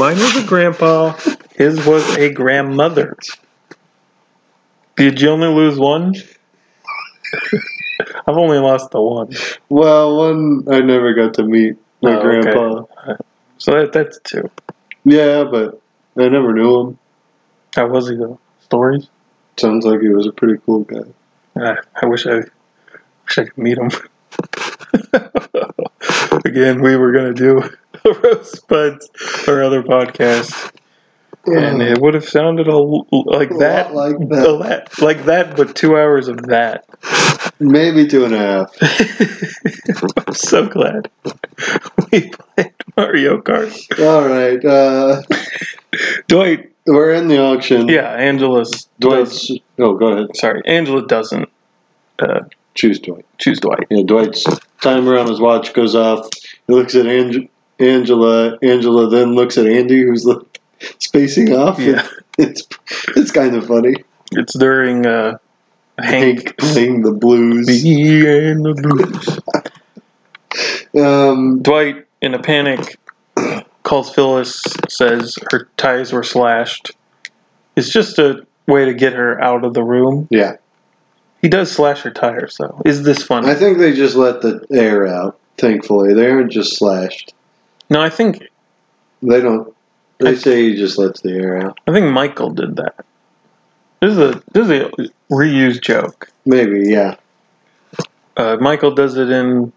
Speaker 4: Mine was a grandpa. His was a grandmother. Did you only lose one? I've only lost the one,
Speaker 5: Well, one I never got to meet my
Speaker 4: Oh, okay.
Speaker 5: grandpa.
Speaker 4: so that, that's two.
Speaker 5: Yeah, but I never knew him.
Speaker 4: How was he though? Stories?
Speaker 5: Sounds like he was a pretty cool guy.
Speaker 4: I, Ah, I wish I wish I could meet him. Again, we were gonna do a roast buds or other podcast, and it would have sounded a, l- like
Speaker 5: A lot
Speaker 4: that,
Speaker 5: like that.
Speaker 4: a lot like that, but two hours of that.
Speaker 5: Maybe two and a half.
Speaker 4: I'm so glad we played Mario Kart.
Speaker 5: All right. Uh,
Speaker 4: Dwight,
Speaker 5: we're in the auction.
Speaker 4: yeah, Angela's
Speaker 5: Dwight's. Oh, go ahead.
Speaker 4: does- sorry, Angela doesn't
Speaker 5: Choose Dwight.
Speaker 4: choose Dwight.
Speaker 5: Yeah, Dwight's timer on his watch goes off. He looks at Ang- Angela. Angela then looks at Andy, who's like spacing off.
Speaker 4: Yeah,
Speaker 5: It's it's kind of funny.
Speaker 4: it's during uh,
Speaker 5: Hank
Speaker 4: Hank.
Speaker 5: playing the blues.
Speaker 4: and the blues.
Speaker 5: Um,
Speaker 4: Dwight, in a panic, calls Phyllis, says her ties were slashed. It's just a way to get her out of the room.
Speaker 5: yeah,
Speaker 4: He does slash her tires, though. Is this funny?
Speaker 5: I think they just let the air out. Thankfully, they aren't just slashed.
Speaker 4: no, I think
Speaker 5: They don't. They say he just lets the air out.
Speaker 4: I think Michael did that. This is a this is a reused joke.
Speaker 5: Maybe, yeah.
Speaker 4: Uh, Michael does it in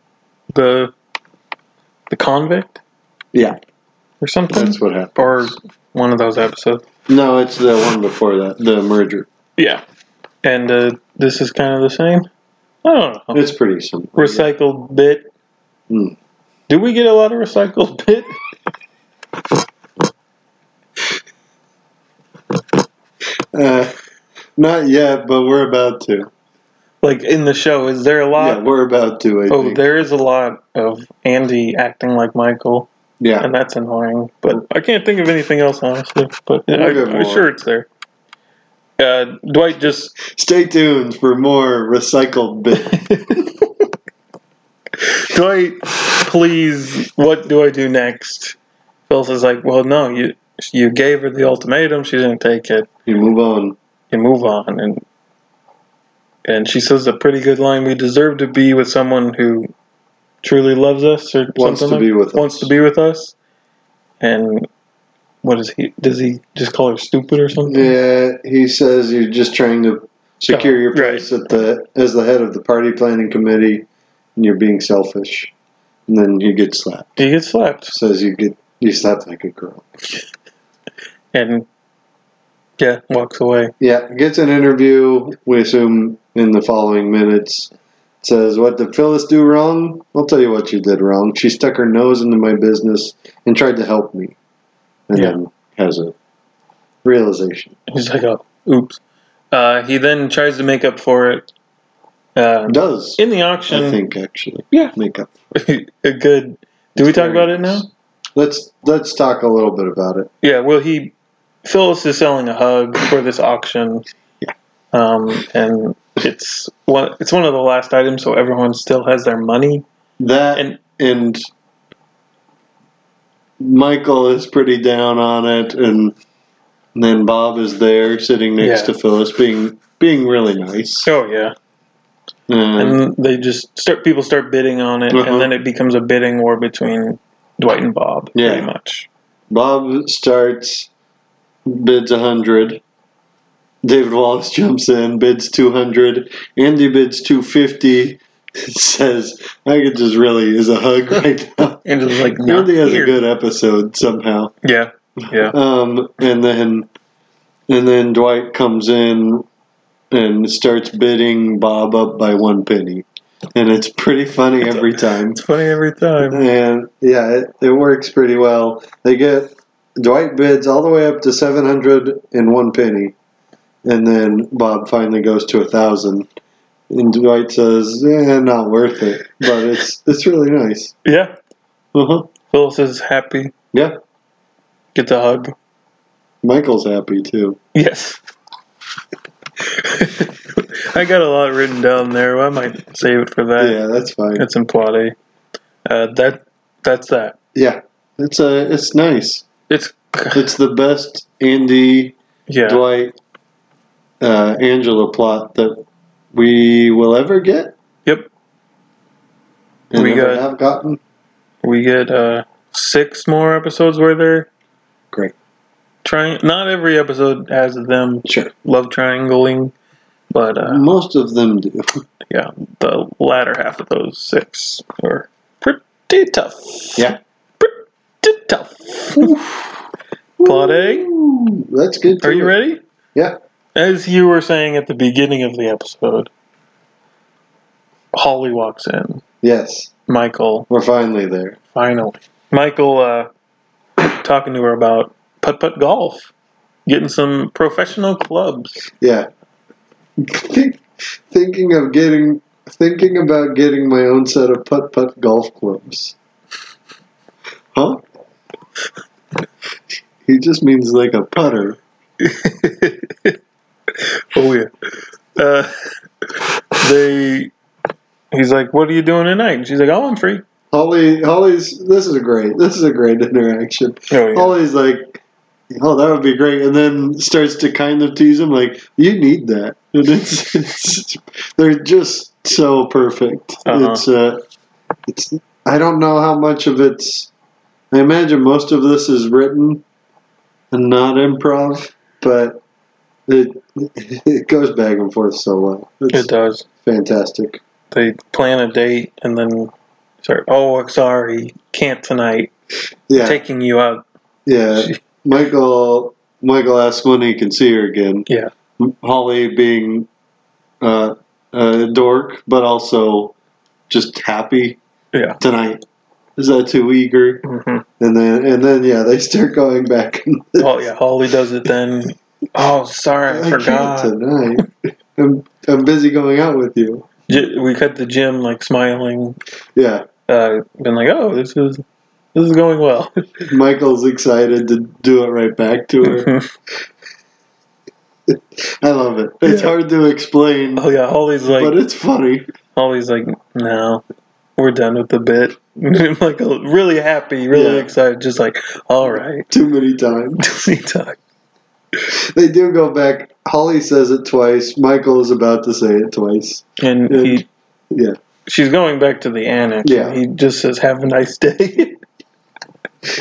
Speaker 4: the the convict
Speaker 5: Yeah,
Speaker 4: or something,
Speaker 5: that's what happened.
Speaker 4: or one of those episodes.
Speaker 5: No, it's the one before that, the merger.
Speaker 4: Yeah, and uh, this is kind of the same. I don't know.
Speaker 5: It's pretty simple.
Speaker 4: recycled bit.
Speaker 5: Hmm.
Speaker 4: Do we get a lot of recycled bit?
Speaker 5: Uh, not yet, but we're about to.
Speaker 4: Like in the show, is there a lot?
Speaker 5: Yeah, we're about to. I
Speaker 4: Uh, oh,
Speaker 5: think.
Speaker 4: there is a lot of Andy acting like Michael,
Speaker 5: Yeah,
Speaker 4: and that's annoying. But I can't think of anything else honestly. But I,
Speaker 5: We'll get
Speaker 4: I'm
Speaker 5: more.
Speaker 4: sure it's there. Uh, Dwight just
Speaker 5: stay tuned for more recycled bit.
Speaker 4: Dwight, please. What do I do next? Phyllis is like, well, no, you you gave her the ultimatum. She didn't take it.
Speaker 5: you move on.
Speaker 4: and move on and and she says a pretty good line we deserve to be with someone who truly loves us or
Speaker 5: Wants
Speaker 4: something
Speaker 5: to be with
Speaker 4: wants
Speaker 5: us.
Speaker 4: to be with us and what is he does he just call her stupid or something
Speaker 5: Yeah, he says you're just trying to secure your place at the as the head of the party planning committee, and you're being selfish. And then you get slapped.
Speaker 4: he gets slapped
Speaker 5: Says you get you slapped like a girl.
Speaker 4: and yeah walks away
Speaker 5: Yeah, gets an interview. We assume in the following minutes. Says, "What did Phyllis do wrong? I'll tell you what she did wrong. She stuck her nose into my business and tried to help me, and
Speaker 4: Yeah.
Speaker 5: then has a realization.
Speaker 4: he's like oh oops Uh, he then tries to make up for it um,
Speaker 5: Does
Speaker 4: in the auction.
Speaker 5: I think actually?
Speaker 4: Yeah.
Speaker 5: Make up.
Speaker 4: a good. Do we talk about it now?
Speaker 5: Let's let's talk a little bit about it.
Speaker 4: Yeah. Well, he Phyllis is selling a hug for this auction.
Speaker 5: Yeah.
Speaker 4: Um, and it's one. It's one of the last items, so everyone still has their money.
Speaker 5: That
Speaker 4: And-
Speaker 5: and, Michael is pretty down on it, and, and then Bob is there sitting next
Speaker 4: Yeah.
Speaker 5: to Phyllis, being being really nice.
Speaker 4: Oh yeah.
Speaker 5: And
Speaker 4: And they just start. People start bidding on it,
Speaker 5: Uh-huh.
Speaker 4: and then it becomes a bidding war between Dwight and Bob.
Speaker 5: Yeah.
Speaker 4: Pretty much.
Speaker 5: Bob starts bids a hundred. David Wallace jumps in, bids two hundred. Andy bids two fifty. Says, "I could just really is a hug right now."
Speaker 4: And it's like not
Speaker 5: Andy has
Speaker 4: here.
Speaker 5: a good episode somehow.
Speaker 4: Yeah. Yeah.
Speaker 5: Um, and then and then Dwight comes in and starts bidding Bob up by one penny, and it's pretty funny every time.
Speaker 4: It's funny every time.
Speaker 5: And yeah, it, it works pretty well. They get Dwight bids all the way up to seven hundred and one penny, and then Bob finally goes to a thousand. And Dwight says, "Eh, not worth it," but it's it's really nice.
Speaker 4: Yeah.
Speaker 5: Uh-huh.
Speaker 4: Phyllis is happy.
Speaker 5: Yeah,
Speaker 4: Get the hug.
Speaker 5: Michael's happy too.
Speaker 4: Yes. I got a lot written down there. I might save it for that.
Speaker 5: Yeah, that's fine.
Speaker 4: That's in plot A. Uh, that that's that.
Speaker 5: Yeah, it's a it's nice.
Speaker 4: It's
Speaker 5: It's the best Andy
Speaker 4: yeah.
Speaker 5: Dwight uh, Angela plot that we will ever get.
Speaker 4: Yep.
Speaker 5: And
Speaker 4: We
Speaker 5: ever
Speaker 4: got-
Speaker 5: have gotten.
Speaker 4: We get uh, six more episodes where they're
Speaker 5: Great.
Speaker 4: trying. Not every episode has them
Speaker 5: Sure.
Speaker 4: love triangling, but uh,
Speaker 5: Most of them do.
Speaker 4: yeah, the latter half of those six were pretty tough.
Speaker 5: Yeah.
Speaker 4: Pretty tough. plot A.
Speaker 5: Ooh, That's good.
Speaker 4: Are
Speaker 5: to
Speaker 4: you
Speaker 5: it.
Speaker 4: ready?
Speaker 5: Yeah.
Speaker 4: As you were saying at the beginning of the episode, Holly walks in.
Speaker 5: Yes.
Speaker 4: Michael,
Speaker 5: We're finally there.
Speaker 4: finally. Michael uh, talking to her about putt putt golf, getting some professional clubs.
Speaker 5: Yeah. thinking of getting, thinking about getting my own set of putt putt golf clubs. Huh? he just means like a putter.
Speaker 4: Oh yeah. Uh, they. He's like, "What are you doing tonight?" And she's like, "Oh, I'm free."
Speaker 5: Holly, Holly's. This is a great. This is a great interaction.
Speaker 4: Oh yeah.
Speaker 5: Holly's like, "Oh, that would be great," and then starts to kind of tease him, like, "You need that." And it's, it's they're just so perfect.
Speaker 4: Uh-huh.
Speaker 5: It's uh, it's. I don't know how much of it's. I imagine most of this is written and not improv, but it it goes back and forth so well. It's
Speaker 4: It does.
Speaker 5: fantastic.
Speaker 4: They plan a date and then start. Oh, sorry, can't tonight.
Speaker 5: Yeah.
Speaker 4: Taking you out
Speaker 5: Yeah,
Speaker 4: She-
Speaker 5: Michael. Michael asks when he can see her again.
Speaker 4: Yeah.
Speaker 5: Holly being uh, a dork, but also just happy.
Speaker 4: Yeah.
Speaker 5: Tonight is that too eager?
Speaker 4: hmm
Speaker 5: And then and then yeah, they start going back.
Speaker 4: Oh yeah, Holly does it then. Oh, sorry, I,
Speaker 5: I can't
Speaker 4: forgot.
Speaker 5: tonight. I'm I'm busy going out with you.
Speaker 4: J- we cut the gym like smiling,
Speaker 5: Yeah,
Speaker 4: uh, been like, oh, this is this is going well.
Speaker 5: Michael's excited to do it right back to her.
Speaker 4: oh
Speaker 5: I love it. It's
Speaker 4: Yeah.
Speaker 5: hard to explain,
Speaker 4: Oh, yeah, Holly's like,
Speaker 5: but it's funny.
Speaker 4: Holly's like, no, we're done with the bit. I'm like uh, really happy, really
Speaker 5: Yeah.
Speaker 4: excited, just like, all right,
Speaker 5: Too many times.
Speaker 4: Disney time.
Speaker 5: They do go back. Holly says it twice. Michael is about to say it twice.
Speaker 4: And he,
Speaker 5: Yeah.
Speaker 4: she's going back to the annex.
Speaker 5: Yeah.
Speaker 4: and he just says, have a nice day.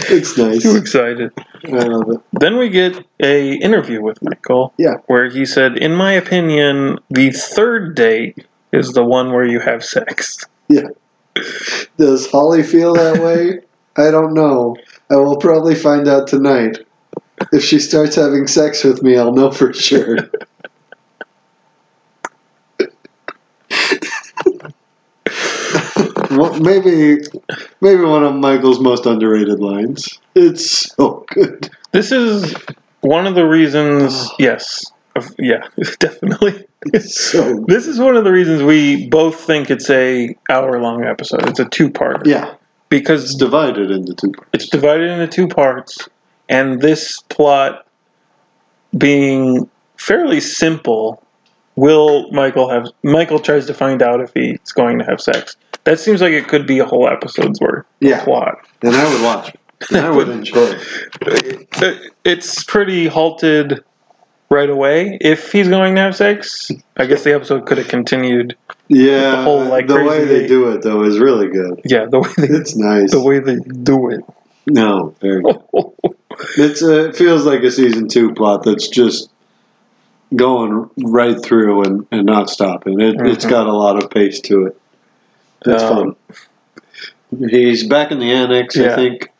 Speaker 5: It's nice.
Speaker 4: Too excited.
Speaker 5: I love it.
Speaker 4: Then we get a interview with Michael.
Speaker 5: Yeah.
Speaker 4: Where he said, In my opinion, the third date is the one where you have sex.
Speaker 5: Does Holly feel that way? I don't know. I will probably find out tonight. If she starts having sex with me, I'll know for sure. well, maybe, maybe one of Michael's most underrated lines. It's so good.
Speaker 4: This is one of the reasons yes. Of- Yeah, definitely.
Speaker 5: So
Speaker 4: This is one of the reasons we both think it's a hour long episode. It's a two part
Speaker 5: yeah, it's
Speaker 4: because
Speaker 5: divided into two. parts.
Speaker 4: it's divided into two parts, and this plot being fairly simple. Will Michael have Michael tries to find out if he's going to have sex? That seems like it could be a whole episode's worth
Speaker 5: Yeah,
Speaker 4: plot.
Speaker 5: and I would watch. it. And I would enjoy it.
Speaker 4: it- Uh, it's pretty halted right away if he's going to have sex. I guess the episode could have continued.
Speaker 5: Yeah, the,
Speaker 4: whole, like,
Speaker 5: way
Speaker 4: crazy-
Speaker 5: they do it though is really good.
Speaker 4: Yeah, the way they
Speaker 5: It's nice.
Speaker 4: the way they do it.
Speaker 5: no, very good. It's uh, it feels like a season two plot that's just going right through and, and not stopping. It, It's
Speaker 4: Mhm.
Speaker 5: got a lot of pace to it. It's
Speaker 4: Um,
Speaker 5: fun. He's back in the annex, I
Speaker 4: Yeah.
Speaker 5: think.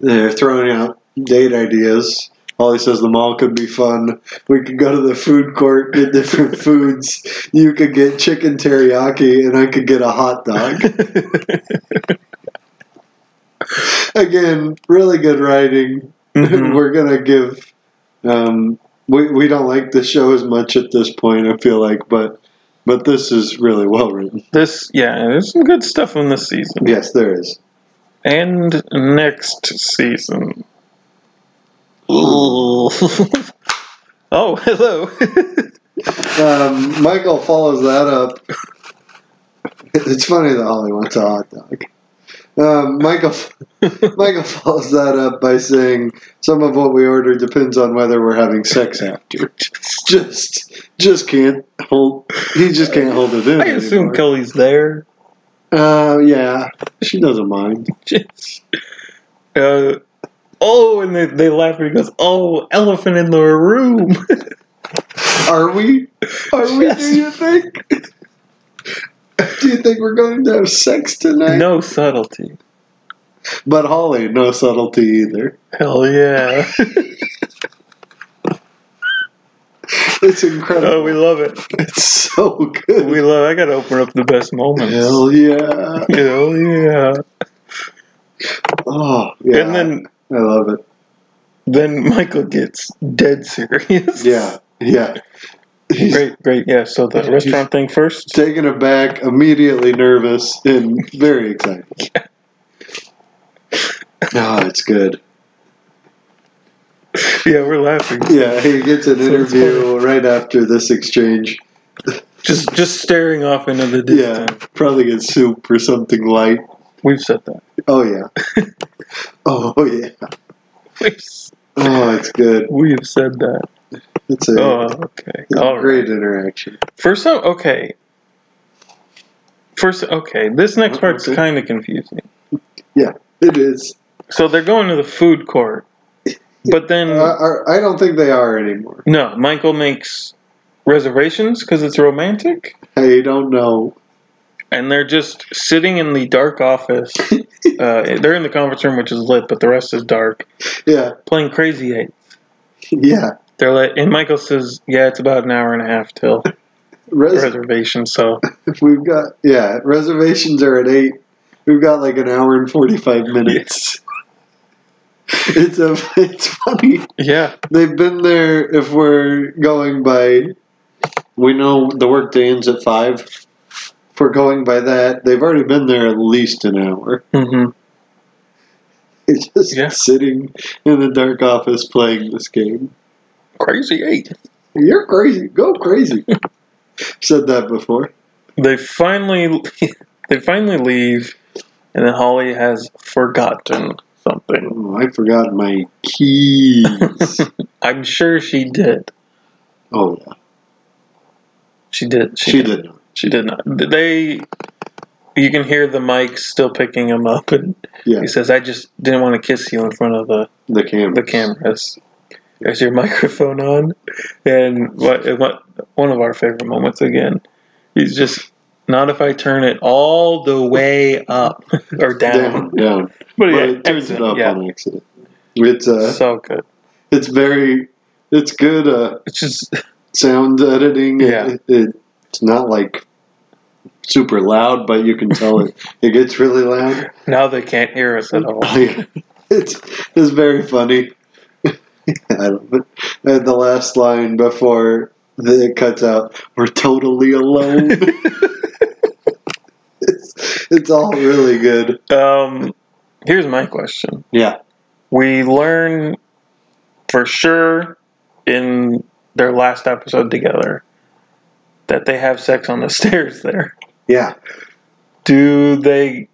Speaker 5: They're throwing out date ideas. Ollie says the mall could be fun. We could go to the food court, get different foods. You could get chicken teriyaki, and I could get a hot dog. Again, really good writing.
Speaker 4: Mhm.
Speaker 5: we're gonna give um, we, we don't like the show as much at this point i feel like but but this is really well written
Speaker 4: This yeah, there's some good stuff in this season
Speaker 5: yes there is
Speaker 4: and next season. oh, hello.
Speaker 5: um, michael follows that up it's funny that holly wants a hot dog um, michael michael follows that up by saying some of what we order depends on whether we're having sex after just just can't hold he just can't hold it in
Speaker 4: I assume
Speaker 5: anymore.
Speaker 4: Kelly's there.
Speaker 5: Uh, yeah, she doesn't mind.
Speaker 4: Jeez. Uh, oh, and they, they laugh and he goes, "Oh, elephant in the room."
Speaker 5: Are we? Are we?
Speaker 4: Yes.
Speaker 5: Do you think? do you think we're going to have sex tonight?
Speaker 4: no subtlety.
Speaker 5: But Holly, no subtlety either.
Speaker 4: Hell yeah.
Speaker 5: It's incredible.
Speaker 4: oh, we love it.
Speaker 5: it's so good.
Speaker 4: We love I gotta open up the best moments.
Speaker 5: Hell yeah!
Speaker 4: Hell yeah.
Speaker 5: Oh yeah.
Speaker 4: And then
Speaker 5: I love it.
Speaker 4: then Michael gets dead serious.
Speaker 5: Yeah, yeah. He's
Speaker 4: Great, great. Yeah, so the restaurant thing first.
Speaker 5: taken aback, immediately nervous, and very excited. Oh, it's good.
Speaker 4: Yeah, we're laughing.
Speaker 5: Yeah, he gets an interview right after this exchange.
Speaker 4: Just just staring off into the
Speaker 5: Yeah,
Speaker 4: distance.
Speaker 5: probably gets soup or something light.
Speaker 4: We've said that.
Speaker 5: Oh yeah. oh yeah.
Speaker 4: We've, s-
Speaker 5: Oh, it's good.
Speaker 4: we've said that.
Speaker 5: It's a,
Speaker 4: Oh, okay.
Speaker 5: it's a
Speaker 4: All right.
Speaker 5: great interaction.
Speaker 4: First time okay. First okay, this next part's
Speaker 5: Okay.
Speaker 4: kinda confusing.
Speaker 5: It is.
Speaker 4: So they're going to the food court. But then
Speaker 5: Uh, I I don't think they are anymore.
Speaker 4: No, Michael makes reservations because it's romantic,
Speaker 5: I don't know.
Speaker 4: and they're just sitting in the dark office. uh, they're in the conference room, which is lit, but the rest is dark.
Speaker 5: Yeah,
Speaker 4: Playing Crazy Eight.
Speaker 5: yeah.
Speaker 4: They're like, and Michael says, "Yeah, it's about an hour and a half till
Speaker 5: Res-
Speaker 4: reservation." So
Speaker 5: we've got yeah. Reservations are at eight. We've got like an hour and forty five minutes. It's a. It's funny.
Speaker 4: yeah,
Speaker 5: They've been there if we're going by we know the workday ends at five. If we're going by that, they've already been there at least an hour.
Speaker 4: hmm
Speaker 5: It's just
Speaker 4: Yeah.
Speaker 5: sitting in the dark office playing this game.
Speaker 4: Crazy Eight.
Speaker 5: You're crazy. Go crazy. Said that before.
Speaker 4: They finally, they finally leave, and then Holly has forgotten something.
Speaker 5: Oh, I forgot my keys.
Speaker 4: I'm sure she did.
Speaker 5: oh yeah.
Speaker 4: She did.
Speaker 5: She did not.
Speaker 4: She did not. They, you can hear the mic still picking him up, and
Speaker 5: Yeah.
Speaker 4: he says, "I just didn't want to kiss you in front of the
Speaker 5: The camera.
Speaker 4: the cameras." There's your microphone on, and what, what one of our favorite moments again. He's just not if I turn it all the way up or down,
Speaker 5: Down, down.
Speaker 4: but
Speaker 5: But
Speaker 4: yeah,
Speaker 5: it turns it
Speaker 4: excellent,
Speaker 5: up
Speaker 4: yeah,
Speaker 5: on accident. It's uh
Speaker 4: so good.
Speaker 5: it's very it's good uh
Speaker 4: It's just
Speaker 5: sound editing.
Speaker 4: Yeah.
Speaker 5: It, it, it's not like super loud, but you can tell it, it gets really loud.
Speaker 4: now they can't hear us at all.
Speaker 5: it's, it's very funny. I love it. And the last line before Then it cuts out. We're totally alone. it's, it's all really good.
Speaker 4: Um, here's my question.
Speaker 5: Yeah.
Speaker 4: We learn for sure in their last episode together that they have sex on the stairs there.
Speaker 5: Yeah.
Speaker 4: Do they?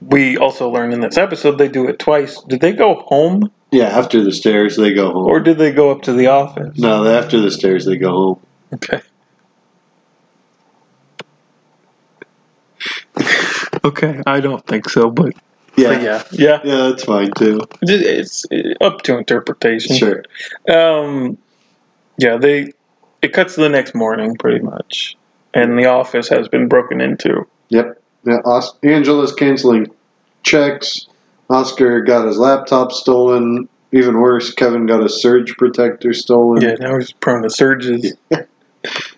Speaker 4: We also learn in this episode they do it twice. Did they go home
Speaker 5: Yeah. After the stairs, they go home.
Speaker 4: or did they go up to the office?
Speaker 5: no, after the stairs, they go home.
Speaker 4: Okay. okay, I don't think so, but
Speaker 5: Yeah.
Speaker 4: but
Speaker 5: yeah.
Speaker 4: yeah, yeah,
Speaker 5: that's fine too.
Speaker 4: it's it's up to interpretation.
Speaker 5: Sure.
Speaker 4: Um, yeah, they it cuts to the next morning pretty much, and the office has been broken into.
Speaker 5: Yep. Yeah, Os- Angela's canceling checks. Oscar got his laptop stolen. Even worse, Kevin got his surge protector stolen.
Speaker 4: Yeah, now he's prone to surges.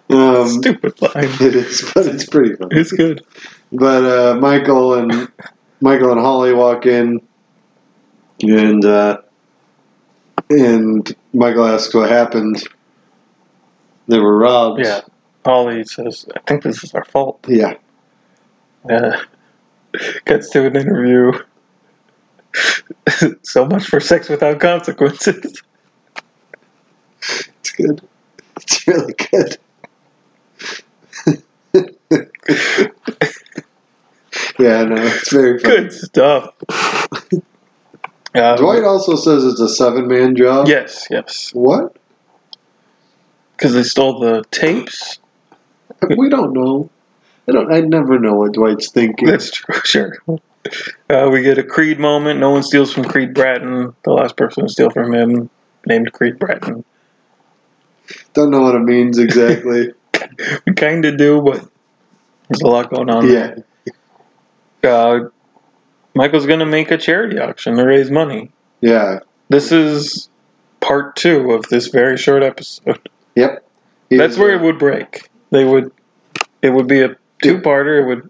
Speaker 5: Um,
Speaker 4: Stupid line.
Speaker 5: it is, but it's pretty funny.
Speaker 4: It's good.
Speaker 5: But uh, Michael and Michael and Holly walk in, and uh, and Michael asks what happened. They were robbed.
Speaker 4: Yeah. Holly says, "I think this is our fault."
Speaker 5: Yeah.
Speaker 4: Uh, cuts to an interview. so much for sex without consequences.
Speaker 5: It's good. It's really good. yeah, no, it's very funny.
Speaker 4: Good stuff. Um,
Speaker 5: Dwight also says it's a seven-man job.
Speaker 4: Yes, yes.
Speaker 5: What?
Speaker 4: Because they stole the tapes.
Speaker 5: We don't know. I don't. I never know what Dwight's thinking.
Speaker 4: That's true. Sure. Uh, we get a Creed moment. No one steals from Creed Bratton. The last person to steal from him, named Creed Bratton.
Speaker 5: Don't know what it means exactly.
Speaker 4: We kind of do, but there's a lot going on.
Speaker 5: yeah.
Speaker 4: Uh, Michael's going to make a charity auction to raise money.
Speaker 5: Yeah.
Speaker 4: This is part two of this very short episode.
Speaker 5: Yep. He
Speaker 4: That's
Speaker 5: was,
Speaker 4: where
Speaker 5: uh,
Speaker 4: it would break. They would. It would be a two-parter. It would.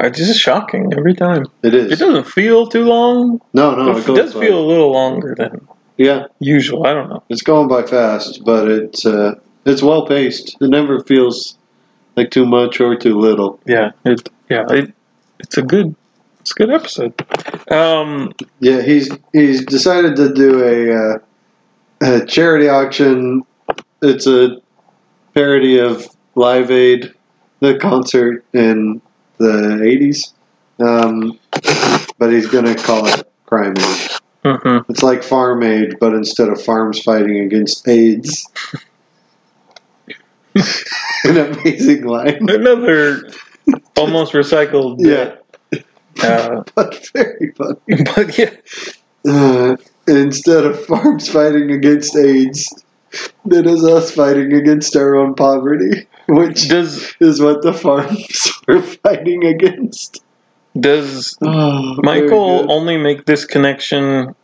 Speaker 4: It's just shocking every time.
Speaker 5: it is.
Speaker 4: It doesn't feel too long.
Speaker 5: no, no,
Speaker 4: but
Speaker 5: it
Speaker 4: it
Speaker 5: goes
Speaker 4: does
Speaker 5: by-
Speaker 4: feel a little longer than
Speaker 5: Yeah,
Speaker 4: usual. I don't know.
Speaker 5: it's going by fast, but it's uh, it's well paced. It never feels like too much or too little.
Speaker 4: Yeah, it yeah it it's a good it's a good episode. Um,
Speaker 5: Yeah, he's he's decided to do a, uh, a charity auction. It's a parody of Live Aid, the concert in the '80s, um, but he's gonna call it Crime Aid.
Speaker 4: mhm.
Speaker 5: It's like Farm Aid, but instead of farms fighting against AIDS. An amazing line,
Speaker 4: another almost recycled.
Speaker 5: Yeah.
Speaker 4: uh,
Speaker 5: but very funny.
Speaker 4: but yeah,
Speaker 5: Uh, instead of farms fighting against AIDS, it is us fighting against our own poverty, which
Speaker 4: does
Speaker 5: is what the farms were fighting against.
Speaker 4: does
Speaker 5: Oh, very
Speaker 4: Michael
Speaker 5: good.
Speaker 4: only make this connection?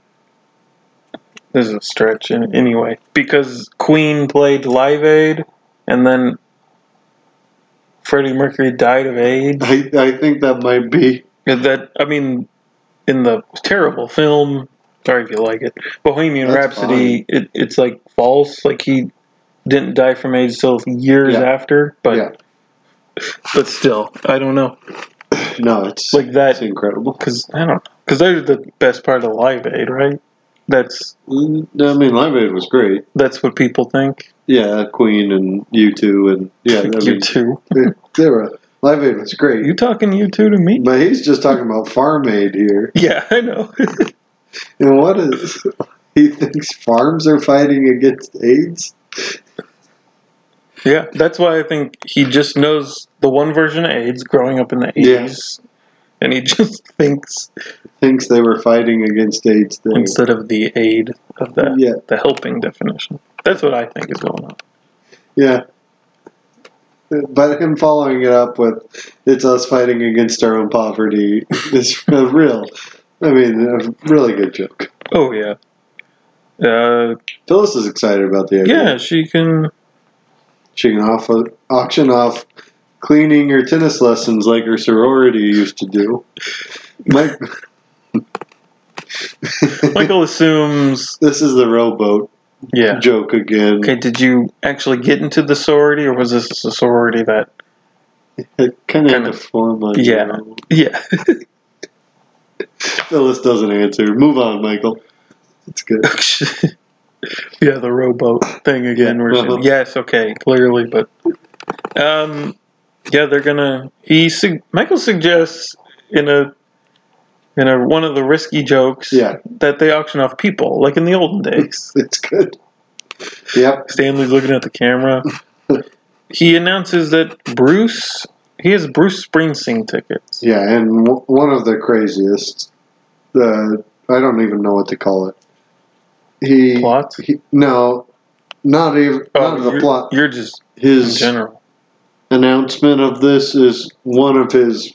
Speaker 4: This is a stretch, in, anyway, because Queen played Live Aid, and then Freddie Mercury died of AIDS.
Speaker 5: I, I think that might be.
Speaker 4: Is That I mean, in the terrible film, sorry if you like it, Bohemian
Speaker 5: That's
Speaker 4: Rhapsody, it, it's like false. Like he didn't die from AIDS till years
Speaker 5: Yeah.
Speaker 4: after, but
Speaker 5: Yeah.
Speaker 4: but still, I don't know.
Speaker 5: No, it's
Speaker 4: Like
Speaker 5: it's
Speaker 4: that
Speaker 5: incredible.
Speaker 4: because I don't because they're the best part of Live Aid, right? That's
Speaker 5: Mm, I mean, Live Aid was great.
Speaker 4: that's what people think.
Speaker 5: Yeah, Queen and U two and yeah, I
Speaker 4: Like
Speaker 5: mean,
Speaker 4: you two,
Speaker 5: they, they were Live Aid was
Speaker 4: Are
Speaker 5: great,
Speaker 4: you talking you two to me?
Speaker 5: but he's just talking about Farm Aid here.
Speaker 4: Yeah, I know.
Speaker 5: And what is he thinks farms are fighting against AIDS?
Speaker 4: Yeah, that's why I think he just knows the one version of AIDS growing up in the
Speaker 5: Yeah.
Speaker 4: 80s. And he just thinks
Speaker 5: Thinks they were fighting against AIDS there.
Speaker 4: instead of the aid of the,
Speaker 5: Yeah.
Speaker 4: the helping definition. That's what I think is going on.
Speaker 5: Yeah. But him following it up with it's us fighting against our own poverty is a real I mean, a really good joke.
Speaker 4: Oh, yeah. Uh,
Speaker 5: Phyllis is excited about the idea.
Speaker 4: yeah, she can.
Speaker 5: She can off auction off cleaning her tennis lessons like her sorority used to do. Mike,
Speaker 4: Michael assumes
Speaker 5: this is the rowboat.
Speaker 4: Yeah.
Speaker 5: joke again.
Speaker 4: Okay, did you actually get into the sorority, or was this a sorority that.
Speaker 5: It kind of had
Speaker 4: Kinda-
Speaker 5: to form on
Speaker 4: yeah.
Speaker 5: your own.
Speaker 4: Yeah.
Speaker 5: No, this doesn't answer. Move on, Michael. It's good.
Speaker 4: yeah, the rowboat thing again.
Speaker 5: Yeah.
Speaker 4: where it's-
Speaker 5: Uh-huh.
Speaker 4: Yes, okay, clearly, but um, yeah, they're gonna. He sug- Michael suggests in a in a one of the risky jokes
Speaker 5: Yeah,
Speaker 4: that they auction off people, like in the olden days.
Speaker 5: it's good. Yep.
Speaker 4: Stanley's looking at the camera. he announces that Bruce. He has Bruce Springsteen tickets.
Speaker 5: Yeah, and w- one of the craziest. Uh, I don't even know what to call it. He,
Speaker 4: Plot? Oh,
Speaker 5: he- no, not even not the
Speaker 4: you're,
Speaker 5: plot.
Speaker 4: You're just in
Speaker 5: His
Speaker 4: general.
Speaker 5: announcement of this is one of his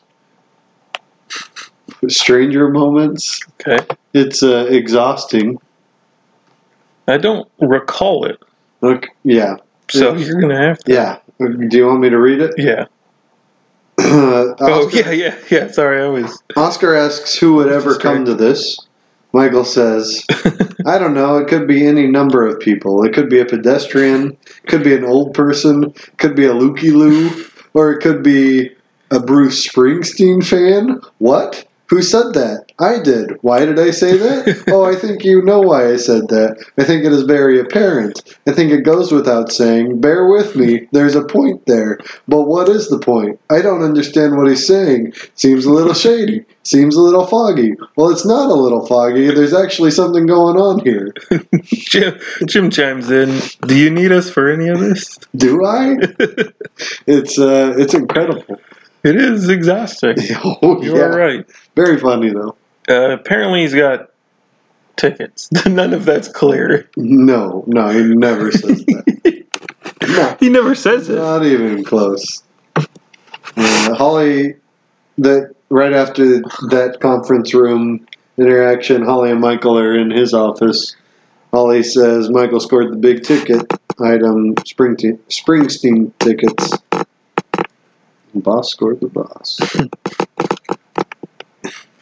Speaker 5: stranger moments.
Speaker 4: Okay,
Speaker 5: It's uh, exhausting.
Speaker 4: I don't recall it,
Speaker 5: Look, yeah,
Speaker 4: so you're gonna have to.
Speaker 5: yeah. Do you want me to read it?
Speaker 4: Yeah.
Speaker 5: Uh,
Speaker 4: Oh
Speaker 5: Oscar-
Speaker 4: yeah, yeah, yeah. Sorry, I was.
Speaker 5: Oscar asks who would ever come to this. Michael says, I don't know, it could be any number of people. It could be a pedestrian, could be an old person, could be a Lukey Lou, or it could be a Bruce Springsteen fan. What? Who said that? I did. Why did I say that? oh, I think you know why I said that. I think it is very apparent. I think it goes without saying. Bear with me. There's a point there. But what is the point? I don't understand what he's saying. Seems a little shady. Seems a little foggy. Well, it's not a little foggy. There's actually something going on here.
Speaker 4: Jim, Jim chimes in. Do you need us for any of this?
Speaker 5: Do I? it's uh, it's incredible.
Speaker 4: It is exhausting.
Speaker 5: oh,
Speaker 4: You
Speaker 5: yeah.
Speaker 4: are right.
Speaker 5: Very funny though.
Speaker 4: Uh, apparently, he's got tickets. None of that's clear.
Speaker 5: No, no, he never says that. no,
Speaker 4: He never says it.
Speaker 5: not even close. Uh, Holly, that right after that conference room interaction, Holly and Michael are in his office. Holly says Michael scored the big ticket item, Springsteen, Springsteen tickets. Boss scored the boss.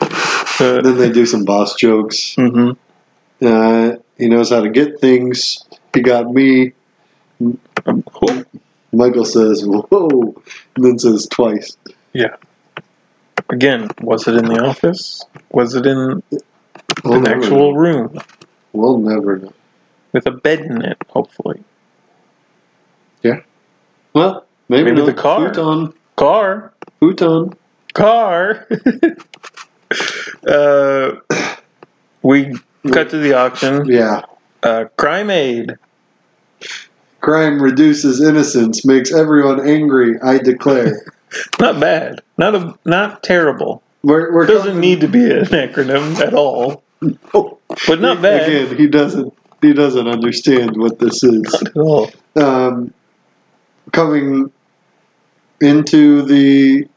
Speaker 4: Uh,
Speaker 5: then they do some boss jokes.
Speaker 4: hmm
Speaker 5: Uh, he knows how to get things. He got me.
Speaker 4: Um, cool.
Speaker 5: Michael says, "Whoa," and then says twice.
Speaker 4: Again, was it in the office? Was it in
Speaker 5: We'll
Speaker 4: an
Speaker 5: never
Speaker 4: actual
Speaker 5: know.
Speaker 4: room
Speaker 5: We'll never know.
Speaker 4: with a bed in it? Hopefully,
Speaker 5: Well, maybe,
Speaker 4: Maybe
Speaker 5: not.
Speaker 4: the car.
Speaker 5: Futon.
Speaker 4: car.
Speaker 5: Futon.
Speaker 4: car. uh, we cut to the auction.
Speaker 5: Yeah.
Speaker 4: Uh, crime aid.
Speaker 5: Crime reduces innocence, makes everyone angry. I declare.
Speaker 4: Not bad. Not a, not terrible.
Speaker 5: We're, we're
Speaker 4: Doesn't need to be an acronym at all,
Speaker 5: Oh,
Speaker 4: but not bad
Speaker 5: Again, he doesn't. He doesn't understand what this is.
Speaker 4: Not at all.
Speaker 5: Um, coming into the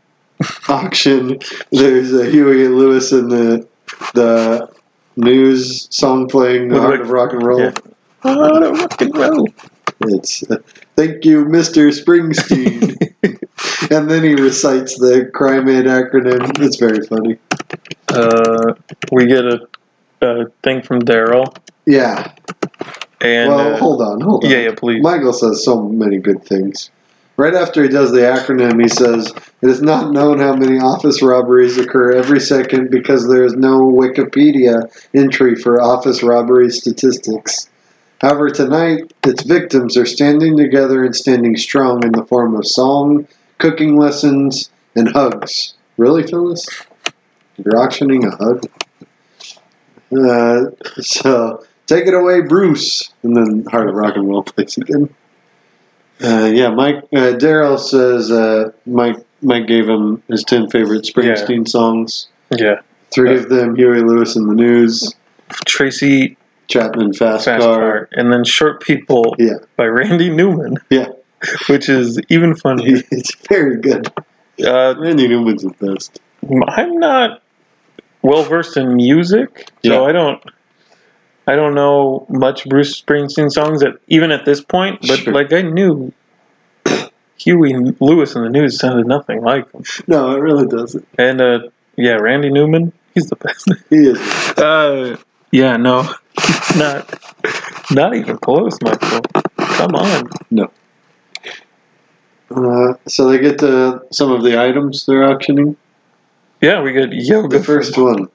Speaker 5: auction, there's a Huey and Lewis in the the news song playing the
Speaker 4: With
Speaker 5: Heart
Speaker 4: Rick-
Speaker 5: of Rock and Roll.
Speaker 4: yeah. Not a rock and roll.
Speaker 5: It's uh, thank you, Mr. Springsteen. and then he recites the Crime Aid acronym. It's very funny.
Speaker 4: Uh, we get a, a thing from Daryl,
Speaker 5: Yeah.
Speaker 4: and
Speaker 5: well,
Speaker 4: uh,
Speaker 5: hold on, hold on.
Speaker 4: yeah, yeah, please.
Speaker 5: Michael says so many good things. Right after he does the acronym, he says, It is not known how many office robberies occur every second because there is no Wikipedia entry for office robbery statistics. However, tonight, its victims are standing together and standing strong in the form of song, cooking lessons, and hugs. Really, Phyllis? You're auctioning a hug? Uh, so. Take it away, Bruce. And then Heart of Rock and Roll plays again. Uh, yeah, Mike. Uh, Daryl says uh, Mike. Mike gave him his ten favorite Springsteen songs.
Speaker 4: yeah,
Speaker 5: Three of them: Huey Lewis in the News,
Speaker 4: Tracy
Speaker 5: Chapman Fast,
Speaker 4: Fast
Speaker 5: Car.
Speaker 4: Car, and then Short People
Speaker 5: Yeah.
Speaker 4: by Randy Newman.
Speaker 5: Yeah.
Speaker 4: which is even funnier.
Speaker 5: it's very good.
Speaker 4: Uh,
Speaker 5: Randy Newman's the best.
Speaker 4: I'm not well versed in music,
Speaker 5: Yeah.
Speaker 4: so I don't I don't know much Bruce Springsteen songs at even at this point. But
Speaker 5: Sure.
Speaker 4: like I knew Huey Lewis in the news sounded nothing like him,
Speaker 5: No, it really doesn't.
Speaker 4: and uh, yeah, Randy Newman, he's the best.
Speaker 5: He is.
Speaker 4: Uh, yeah, no, not Not even close, Michael. Come on.
Speaker 5: Uh, so they get to some of the items they're auctioning.
Speaker 4: Yeah, we got yoga
Speaker 5: The first one,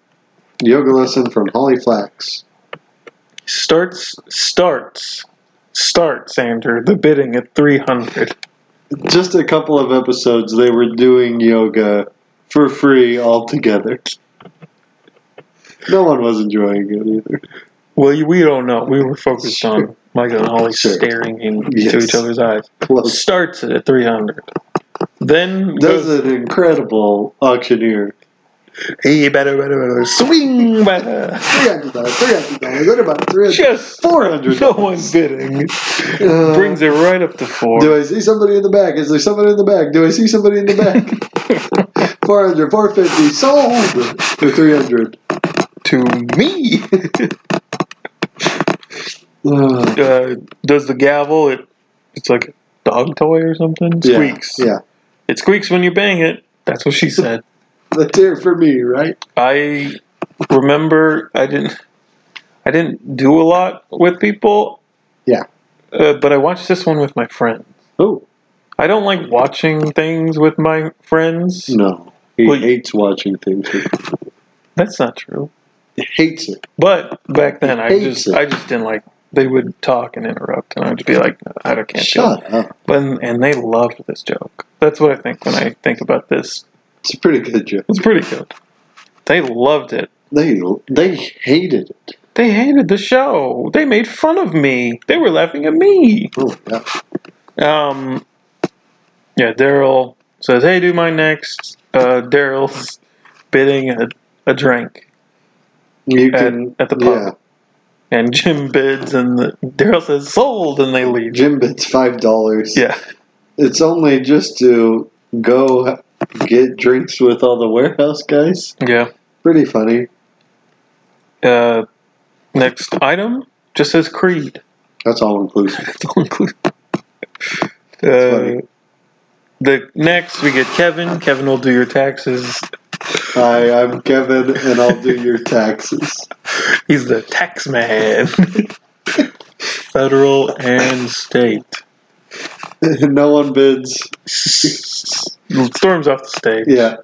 Speaker 5: yoga lesson from Holly Flax.
Speaker 4: starts starts starts Andrew the bidding at 300
Speaker 5: Just a couple of episodes, they were doing yoga for free altogether. No one was enjoying it either.
Speaker 4: well you- we don't know we were focused on Michael and Holly
Speaker 5: Sure.
Speaker 4: staring into
Speaker 5: Yes.
Speaker 4: each other's eyes
Speaker 5: Close.
Speaker 4: starts it at 300 then
Speaker 5: That's
Speaker 4: goes,
Speaker 5: an incredible auctioneer.
Speaker 4: hey better better better swing better
Speaker 5: $300, $300, what about $300?
Speaker 4: just
Speaker 5: $400.
Speaker 4: no one bidding
Speaker 5: Uh,
Speaker 4: brings it right up to four
Speaker 5: Do I see somebody in the back? Is there somebody in the back? Do I see somebody in the back? 400, 450, sold! Or 300.
Speaker 4: to me
Speaker 5: Ugh.
Speaker 4: uh, does the gavel it it's like a dog toy or something
Speaker 5: Yeah,
Speaker 4: squeaks
Speaker 5: Yeah.
Speaker 4: it squeaks when you bang it that's what she said
Speaker 5: That's it for me, right?
Speaker 4: I remember I didn't I didn't do a lot with people.
Speaker 5: Yeah.
Speaker 4: Uh, but I watched this one with my friend.
Speaker 5: Oh,
Speaker 4: I don't like watching things with my friends.
Speaker 5: no. He
Speaker 4: Well,
Speaker 5: hates watching things.
Speaker 4: That's not true.
Speaker 5: He hates it.
Speaker 4: But back then I
Speaker 5: Hates
Speaker 4: just
Speaker 5: it.
Speaker 4: I just didn't like they would talk and interrupt and I would just be like I don't- can't do it.
Speaker 5: Shut up.
Speaker 4: But and they loved this joke. That's what I think when I think about this.
Speaker 5: It's a pretty good joke.
Speaker 4: It's pretty good. They loved it.
Speaker 5: They, they hated it.
Speaker 4: They hated the show. They made fun of me. They were laughing at me.
Speaker 5: Oh, yeah.
Speaker 4: Um, yeah, Daryl says, "Hey, do mine next." Uh, Daryl's bidding a, a drink,
Speaker 5: You
Speaker 4: At-
Speaker 5: can.
Speaker 4: at the pub. and Jim bids, and the, Daryl says, "Sold," and they
Speaker 5: Yeah.
Speaker 4: leave.
Speaker 5: Jim bits $5.
Speaker 4: Yeah,
Speaker 5: It's only just to go get drinks with all the warehouse guys.
Speaker 4: yeah.
Speaker 5: Pretty funny.
Speaker 4: Uh, next item just says Creed.
Speaker 5: That's all inclusive.
Speaker 4: Don't include-
Speaker 5: funny.
Speaker 4: Uh, the next we get Kevin. Kevin will do your taxes.
Speaker 5: Hi, I'm Kevin, and I'll do your taxes.
Speaker 4: He's the tax man, federal and state.
Speaker 5: no one bids.
Speaker 4: Storms off the stage.
Speaker 5: Yeah,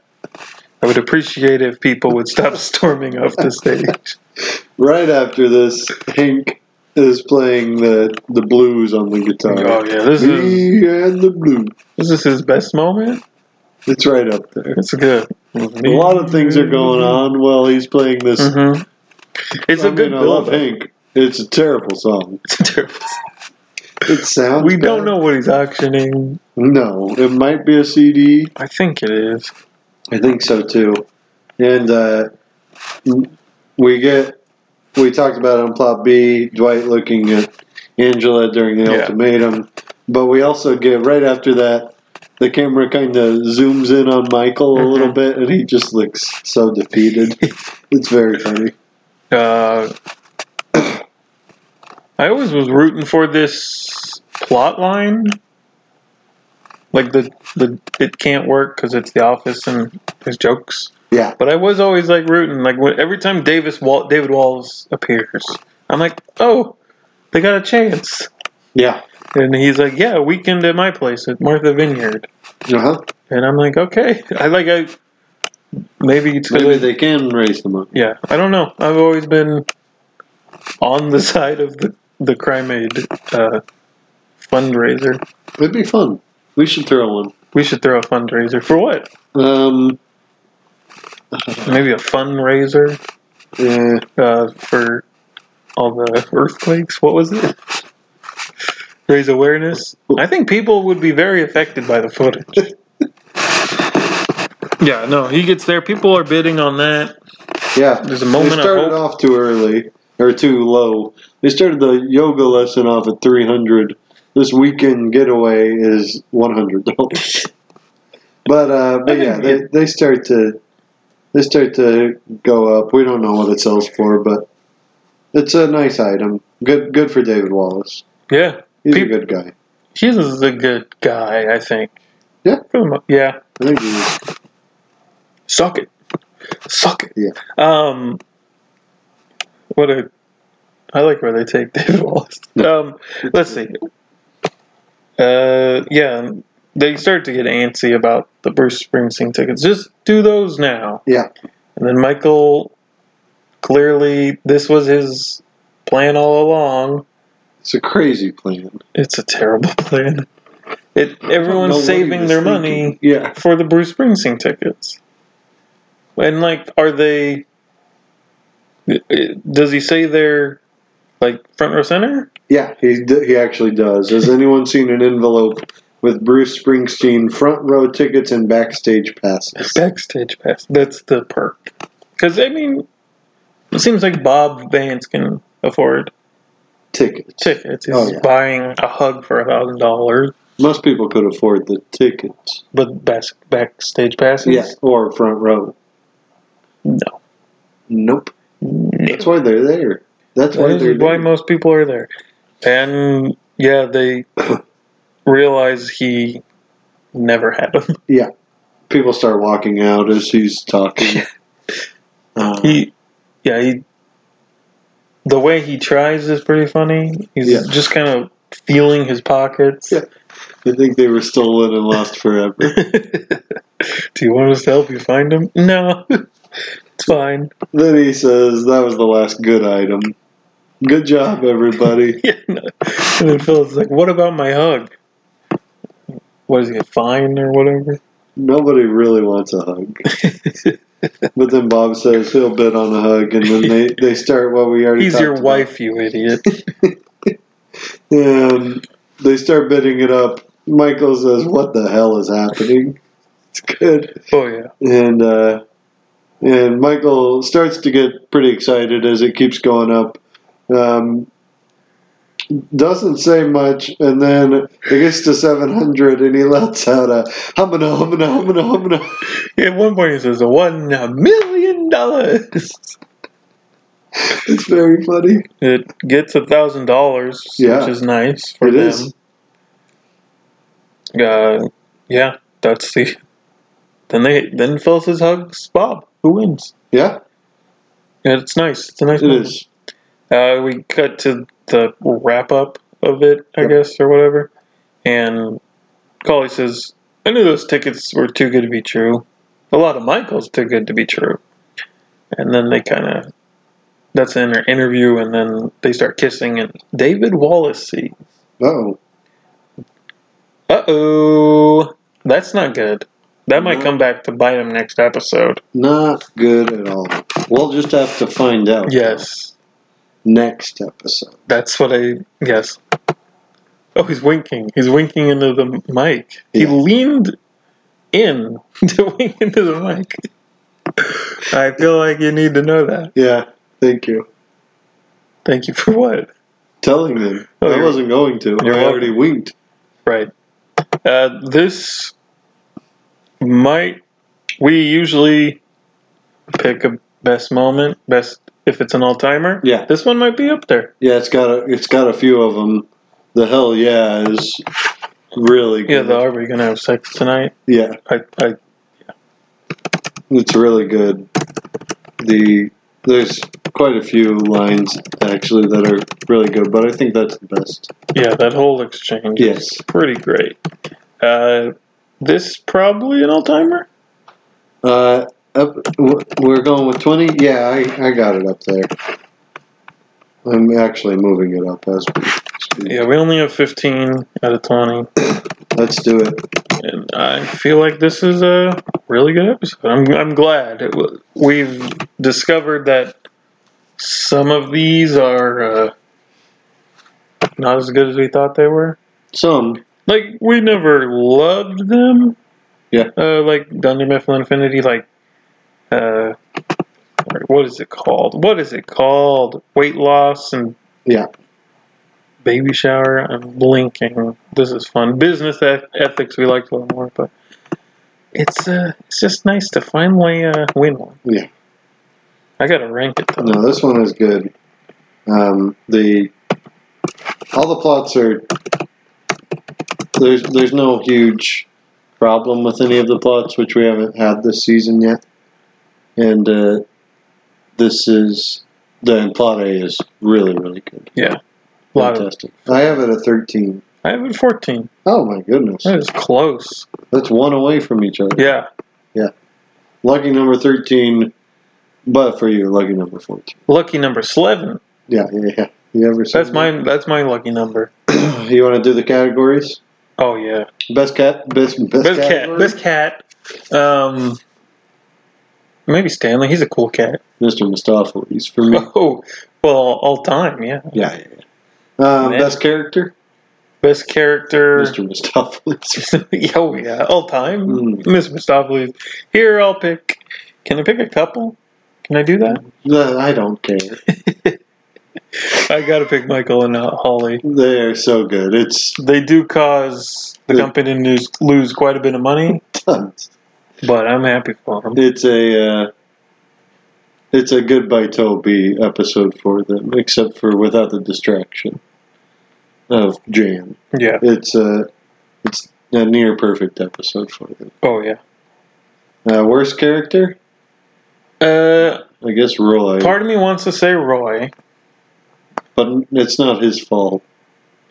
Speaker 4: I would appreciate if people would stop storming off the stage.
Speaker 5: right after this, Hank is playing the the blues on the guitar.
Speaker 4: Oh yeah, this is
Speaker 5: Me and the blues.
Speaker 4: this is his best moment.
Speaker 5: It's right up there.
Speaker 4: It's good. A
Speaker 5: A lot of things are going on while he's playing this.
Speaker 4: hmm It's
Speaker 5: I
Speaker 4: a good
Speaker 5: mean, I love
Speaker 4: build.
Speaker 5: Hank. It's a terrible song. It sounds.
Speaker 4: we don't
Speaker 5: bad.
Speaker 4: know what he's auctioning.
Speaker 5: No, it might be a CD.
Speaker 4: I think it is.
Speaker 5: I think so too. And uh, we get we talked about it on plot B, Dwight looking at Angela during the
Speaker 4: Yeah.
Speaker 5: ultimatum, but we also get right after that the camera kind of zooms in on Michael a
Speaker 4: Mhm.
Speaker 5: little bit, and he just looks so defeated. it's very funny.
Speaker 4: Uh, I always was rooting for this plot line. Like the the it can't work because it's the office and there's jokes.
Speaker 5: Yeah.
Speaker 4: But I was always like rooting. Like when, every time Davis Wall, David Walls appears, I'm like, oh, they got a chance.
Speaker 5: Yeah.
Speaker 4: And he's like, yeah, weekend at my place at Martha Vineyard.
Speaker 5: Uh huh.
Speaker 4: And I'm like, okay, I like I maybe it's
Speaker 5: Maybe
Speaker 4: because
Speaker 5: they can raise the money.
Speaker 4: yeah, I don't know. I've always been on the side of the the Crime Aid uh, fundraiser.
Speaker 5: It'd be fun. We should throw one.
Speaker 4: We should throw a fundraiser for what?
Speaker 5: Um.
Speaker 4: Maybe a fundraiser
Speaker 5: Yeah.
Speaker 4: uh, for all the earthquakes. What was it? Raise awareness. I think people would be very affected by the footage. yeah, no, he gets there. People are bidding on that.
Speaker 5: Yeah.
Speaker 4: There's a moment
Speaker 5: They
Speaker 4: of
Speaker 5: started
Speaker 4: hope.
Speaker 5: off too early or too low. They started the yoga lesson off at three hundred. This weekend getaway is one hundred dollars. but uh, but
Speaker 4: I
Speaker 5: yeah,
Speaker 4: think-
Speaker 5: they, they start to they start to go up. We don't know what it sells for, but it's a nice item. Good good for David Wallace.
Speaker 4: Yeah,
Speaker 5: He's
Speaker 4: Peop-
Speaker 5: a good guy.
Speaker 4: he's a good guy. I think.
Speaker 5: Yeah.
Speaker 4: For the mo- yeah.
Speaker 5: I think he's
Speaker 4: Suck it. Suck it.
Speaker 5: Yeah.
Speaker 4: Um what Um, a I like where they take David Wallace. Um, let's see. Uh, yeah, they start to get antsy about the Bruce Springsteen tickets. Just do those now.
Speaker 5: Yeah.
Speaker 4: And then Michael, clearly, this was his plan all along.
Speaker 5: It's a crazy plan.
Speaker 4: It's a terrible plan. It everyone's
Speaker 5: Don't know what he
Speaker 4: saving
Speaker 5: was
Speaker 4: their
Speaker 5: thinking.
Speaker 4: money
Speaker 5: Yeah.
Speaker 4: for the Bruce Springsteen tickets. And like, are they? Does he say they're like front row center?
Speaker 5: Yeah, he d- he actually does. Has anyone seen an envelope with Bruce Springsteen front row tickets and backstage passes?
Speaker 4: Backstage pass. That's the perk. Because I mean, it seems like Bob Vance can afford
Speaker 5: Tickets.
Speaker 4: tickets. He's
Speaker 5: Oh, yeah.
Speaker 4: buying a hug for a thousand dollars,
Speaker 5: Most people could afford the tickets.
Speaker 4: but bas- backstage passes.
Speaker 5: Yeah, or front row.
Speaker 4: No.
Speaker 5: Nope.
Speaker 4: No.
Speaker 5: That's why they're there. That's why
Speaker 4: That
Speaker 5: they're
Speaker 4: is why
Speaker 5: there.
Speaker 4: most people are there. And yeah, they realize he never had them.
Speaker 5: People start walking out as he's talking. Uh,
Speaker 4: He, yeah, he. The way he tries is pretty funny. He's
Speaker 5: Yeah.
Speaker 4: just kind of feeling his pockets.
Speaker 5: Yeah. I think they were stolen and lost forever.
Speaker 4: Do you want us to help you find them? No, it's fine.
Speaker 5: then he says, "That was the last good item. Good job, everybody."
Speaker 4: Yeah, no. And then Phil's like, "What about my hug? What is he a fine or whatever?"
Speaker 5: Nobody really wants a hug. But then Bob says he'll bid on a hug, and then they, they start what we already.
Speaker 4: He's your
Speaker 5: talked
Speaker 4: wife, you idiot.
Speaker 5: About. Um, they start bidding it up. Michael says, "What the hell is happening?" It's good,
Speaker 4: oh yeah,
Speaker 5: and uh, and Michael starts to get pretty excited as it keeps going up. Um, doesn't say much, and then it gets to seven hundred, and he lets out a humana humana humana humana.
Speaker 4: at one point he says, "One million dollars."
Speaker 5: It's very funny.
Speaker 4: It gets a thousand dollars,
Speaker 5: Yeah.
Speaker 4: which is nice for
Speaker 5: It
Speaker 4: them.
Speaker 5: is.
Speaker 4: Uh, yeah, that's the. Then they then Phil says hugs Bob, who wins.
Speaker 5: Yeah,
Speaker 4: Yeah, it's nice. It's a nice.
Speaker 5: it
Speaker 4: moment.
Speaker 5: is.
Speaker 4: Uh, we cut to the wrap up of it, I
Speaker 5: Yep.
Speaker 4: guess, or whatever. And Colley says, "I knew those tickets were too good to be true. A lot of Michael's too good to be true." And then they kind of. That's in their interview, and then they start kissing, and David Wallace sees.
Speaker 5: Oh.
Speaker 4: Uh oh. That's not good. That might
Speaker 5: No.
Speaker 4: come back to bite him next episode.
Speaker 5: Not good at all. We'll just have to find out.
Speaker 4: Yes.
Speaker 5: Next episode.
Speaker 4: That's what I. Yes. Oh, he's winking. He's winking into the mic. He
Speaker 5: Yeah.
Speaker 4: leaned in to wink into the mic. I feel like you need to know that.
Speaker 5: Yeah, thank you.
Speaker 4: Thank you for what?
Speaker 5: Telling them.
Speaker 4: Oh,
Speaker 5: I
Speaker 4: you're-
Speaker 5: wasn't going to.
Speaker 4: you're
Speaker 5: I
Speaker 4: welcome.
Speaker 5: already winked.
Speaker 4: Right. Uh, this might. We usually pick a best moment, best if it's an all timer.
Speaker 5: Yeah.
Speaker 4: This one might be up there.
Speaker 5: Yeah, it's got a, it's got a few of them. The hell yeah is really
Speaker 4: Yeah,
Speaker 5: good.
Speaker 4: the are we gonna have sex tonight?
Speaker 5: yeah,
Speaker 4: I, I
Speaker 5: it's really good. The there's quite a few lines actually that are really good, but I think that's the best.
Speaker 4: yeah, that whole exchange is
Speaker 5: Yes.
Speaker 4: pretty great. Uh, this probably an all timer.
Speaker 5: Uh, up, w- we're going with 20? Yeah, I, I got it up there. I'm actually moving it up as we speak.
Speaker 4: Yeah, we only have fifteen out of twenty,
Speaker 5: Let's do it.
Speaker 4: and I feel like this is a really good episode. I'm I'm glad it, wa- we've discovered that some of these are uh, not as good as we thought they were.
Speaker 5: Some.
Speaker 4: like we never loved them.
Speaker 5: Yeah.
Speaker 4: Uh, like Dunder Mifflin Infinity, like uh, what is it called? What is it called? Weight loss and
Speaker 5: Yeah.
Speaker 4: baby shower. I'm blinking. This is fun. Business eth- ethics we liked a little more, but it's uh, it's just nice to finally uh, win one.
Speaker 5: Yeah.
Speaker 4: I gotta rank it though.
Speaker 5: No, this one is good. Um, the all the plots are there's there's no huge problem with any of the plots which we haven't had this season yet, and uh, this is the plot A is really, really good.
Speaker 4: A lot of,
Speaker 5: Fantastic. I have it at 13.
Speaker 4: I have it 14.
Speaker 5: Oh my goodness.
Speaker 4: That is close.
Speaker 5: That's one away from each other.
Speaker 4: Yeah.
Speaker 5: Lucky number 13, but for you, lucky number 14.
Speaker 4: Lucky number 11.
Speaker 5: Yeah, yeah, yeah. You ever seen
Speaker 4: That's my that's my lucky number.
Speaker 5: that? you want to do the categories?
Speaker 4: Oh yeah.
Speaker 5: Best cat, best best,
Speaker 4: Best cat.
Speaker 5: category?
Speaker 4: Best cat. Um maybe Stanley, he's a cool cat.
Speaker 5: Mr. Mistopheles for me.
Speaker 4: Oh, well, all time, yeah.
Speaker 5: yeah, yeah, yeah. Um,
Speaker 4: Man.
Speaker 5: best character,
Speaker 4: Best character.
Speaker 5: Mr. Mistopheles.
Speaker 4: oh yeah, all time.
Speaker 5: Mm.
Speaker 4: Miss Mistopheles. Here, I'll pick. Can I pick a couple? Can I do that?
Speaker 5: No, I don't care.
Speaker 4: I gotta pick Michael and uh, Holly.
Speaker 5: They are so good. It's
Speaker 4: They do cause the
Speaker 5: Good.
Speaker 4: company to lose quite a bit of money,
Speaker 5: tons.
Speaker 4: but I'm happy for them.
Speaker 5: It's a uh, it's a goodbye Toby episode for them, except for without the distraction of Jan.
Speaker 4: Yeah.
Speaker 5: It's a it's a near perfect episode for them.
Speaker 4: Oh yeah.
Speaker 5: Uh, worst character,
Speaker 4: Uh,
Speaker 5: I guess Roy,
Speaker 4: part of me wants to say Roy.
Speaker 5: but it's not his fault.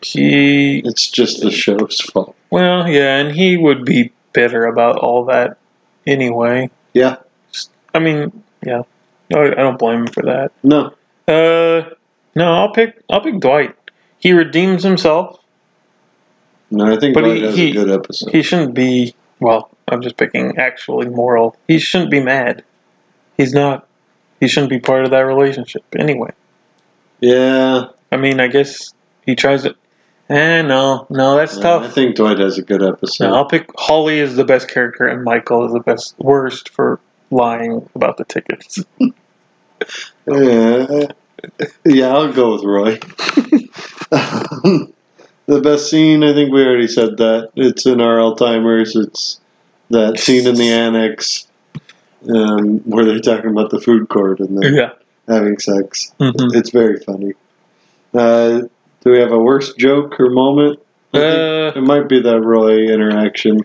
Speaker 4: He
Speaker 5: It's just the show's fault.
Speaker 4: Well, yeah, and he would be bitter about all that anyway.
Speaker 5: Yeah.
Speaker 4: I mean, yeah, I I don't blame him for that.
Speaker 5: No,
Speaker 4: Uh, no, I'll pick I'll pick Dwight. He redeems himself.
Speaker 5: no, I think
Speaker 4: But
Speaker 5: Roy
Speaker 4: he-
Speaker 5: has
Speaker 4: he-
Speaker 5: a good episode.
Speaker 4: He shouldn't be. Well, I'm just picking actually moral. He shouldn't be mad. He's not. He shouldn't be part of that relationship anyway.
Speaker 5: yeah,
Speaker 4: I mean, I guess he tries to. Eh, no, no, that's
Speaker 5: no, I
Speaker 4: tough.
Speaker 5: think Dwight has a good episode.
Speaker 4: No, I'll pick Holly is the best character, and Michael is the best worst for lying about the tickets.
Speaker 5: Yeah, yeah, I'll go with Roy. the best scene, I think we already said that. It's in our Alzheimer's. It's that scene in the annex um, where they're talking about the food court and then
Speaker 4: Yeah.
Speaker 5: having sex.
Speaker 4: Mhm.
Speaker 5: It's very funny. Uh, do we have a worst joke or moment? I think
Speaker 4: Uh,
Speaker 5: it might be that Roy interaction.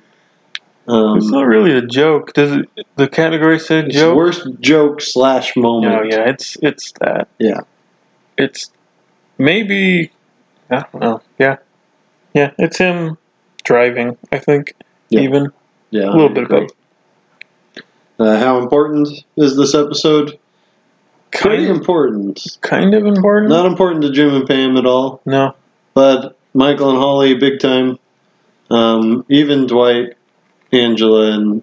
Speaker 5: Um,
Speaker 4: it's not really a joke. Does it, the category say
Speaker 5: it's
Speaker 4: joke?
Speaker 5: worst joke slash moment.
Speaker 4: No, Oh, yeah, it's it's that.
Speaker 5: Yeah.
Speaker 4: It's maybe I don't know. Yeah. Yeah, it's him driving, I think.
Speaker 5: Yeah.
Speaker 4: Even
Speaker 5: Yeah,
Speaker 4: a
Speaker 5: I
Speaker 4: little bit of
Speaker 5: agree.
Speaker 4: both.
Speaker 5: Uh, how important is this episode? Pretty
Speaker 4: Kind of,
Speaker 5: important.
Speaker 4: kind of important.
Speaker 5: Not important to Jim and Pam at all,
Speaker 4: No.
Speaker 5: but Michael and Holly, big time. Um, even Dwight, Angela, and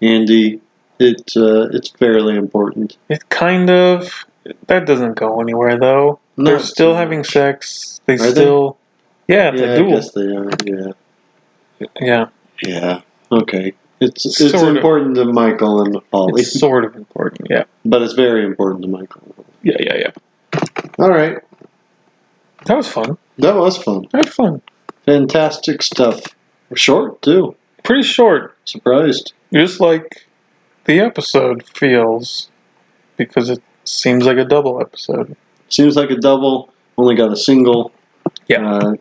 Speaker 5: Andy. It, uh, it's fairly important.
Speaker 4: It kind of that doesn't go anywhere though. They're
Speaker 5: Not
Speaker 4: still
Speaker 5: too
Speaker 4: having
Speaker 5: much.
Speaker 4: sex. They
Speaker 5: they?
Speaker 4: still Yeah, it's
Speaker 5: Yeah,
Speaker 4: a
Speaker 5: I
Speaker 4: duel.
Speaker 5: guess they are. Yeah,
Speaker 4: Yeah.
Speaker 5: yeah. Okay, it's it's
Speaker 4: Sort of.
Speaker 5: important to Michael and Holly,
Speaker 4: It's sort of important. Yeah.
Speaker 5: but it's very important to Michael.
Speaker 4: Yeah, yeah, yeah.
Speaker 5: All right,
Speaker 4: That was fun.
Speaker 5: that was fun.
Speaker 4: That was fun.
Speaker 5: Fantastic stuff. Short too.
Speaker 4: Pretty short.
Speaker 5: Surprised.
Speaker 4: just like the episode feels because it seems like a double episode
Speaker 5: Seems like a double. Only got a single.
Speaker 4: Yeah.
Speaker 5: Uh,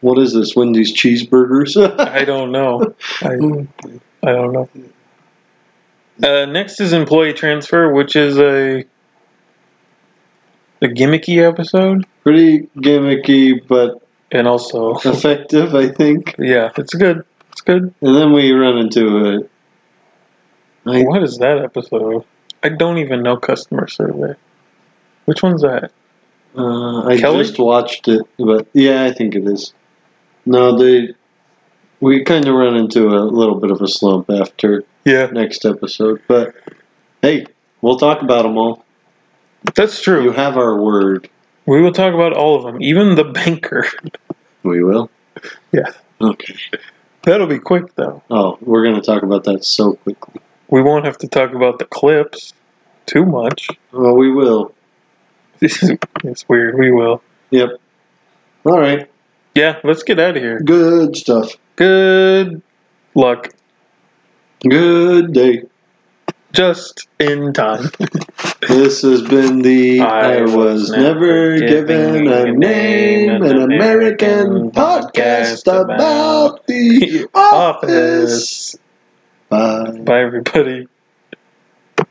Speaker 5: what is this? Wendy's cheeseburgers.
Speaker 4: i don't know i, I don't know uh, next is employee transfer which is a a gimmicky episode
Speaker 5: Pretty gimmicky, but
Speaker 4: and also
Speaker 5: effective, I think.
Speaker 4: yeah it's good it's good
Speaker 5: And then we run into a. I,
Speaker 4: what is that episode i don't even know customer survey which one's that
Speaker 5: uh, I
Speaker 4: Kelly?
Speaker 5: just watched it, but yeah, I think it is. No, they. We kind of run into a little bit of a slump after
Speaker 4: yeah
Speaker 5: next episode, but hey, we'll talk about them all.
Speaker 4: that's
Speaker 5: You
Speaker 4: true
Speaker 5: have our word.
Speaker 4: we will talk about all of them even the banker
Speaker 5: We will.
Speaker 4: Yeah.
Speaker 5: Okay.
Speaker 4: that'll be quick though
Speaker 5: Oh, we're going to talk about that so quickly.
Speaker 4: we won't have to talk about the clips too much.
Speaker 5: Well, we will.
Speaker 4: This is it's weird. We will.
Speaker 5: Yep. All right.
Speaker 4: Yeah, let's get out of here.
Speaker 5: Good stuff.
Speaker 4: Good luck.
Speaker 5: Good day.
Speaker 4: Just in time.
Speaker 5: This has been the I, Was Never Given a Name, an American podcast about the office. Bye.
Speaker 4: Bye, everybody.